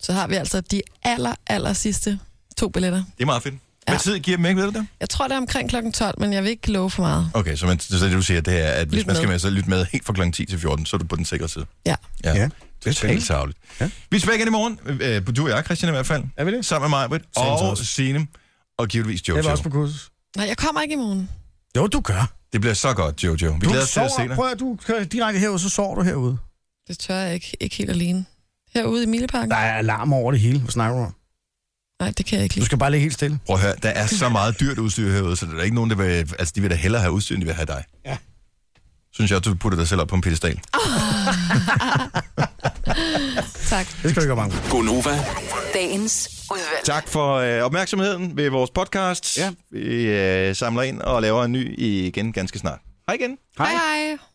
Så har vi altså de aller, aller sidste to billetter.
Det er meget fedt. Ja.
Ja.
Hvad tid giver dem ikke, ved du det?
Jeg tror, det er omkring klokken 12, men jeg vil ikke love for meget.
Okay, så, man, så det du siger, det er, at hvis
Lyt
man skal
med.
med, så lyt med helt fra kl. 10 til 14, så er du på den sikre side.
Ja.
Ja,
Ja,
ja
det
det er totalt savligt. Ja. Vi er tilbage igen i morgen, øh, øh, du og jeg, Christian i hvert fald,
er vi det?
sammen med mig, Britt,
Same to
og
us.
Signe, og givetvis Jojo.
Jeg var også på kursus.
Nej, jeg kommer ikke i morgen.
Jo, du gør.
Det bliver så godt, Jojo. Vi
Du
glæder os til at se
sover,
dig.
prøv at du kører direkte herud, så sover du herude.
Det tør jeg ikke. Ikke helt alene. Herude i Mileparken?
Der er alarm over det hele. Hvad snakker du om?
Nej, det kan jeg ikke
Du
lide.
skal bare ligge helt stille.
Prøv at høre, der er så meget dyrt udstyr herude, så der er ikke nogen, der vil... Altså, de vil da hellere have udstyr, end de vil have dig.
Ja.
Synes jeg, du putter dig selv op på en pedestal.
Tak.
Det skal du ikke gøre mange.
Gonova,
Dagens udvalg.
Tak for øh, opmærksomheden ved vores podcast.
Ja.
Vi øh, samler ind og laver en ny igen ganske snart. Hej igen.
Hej hej.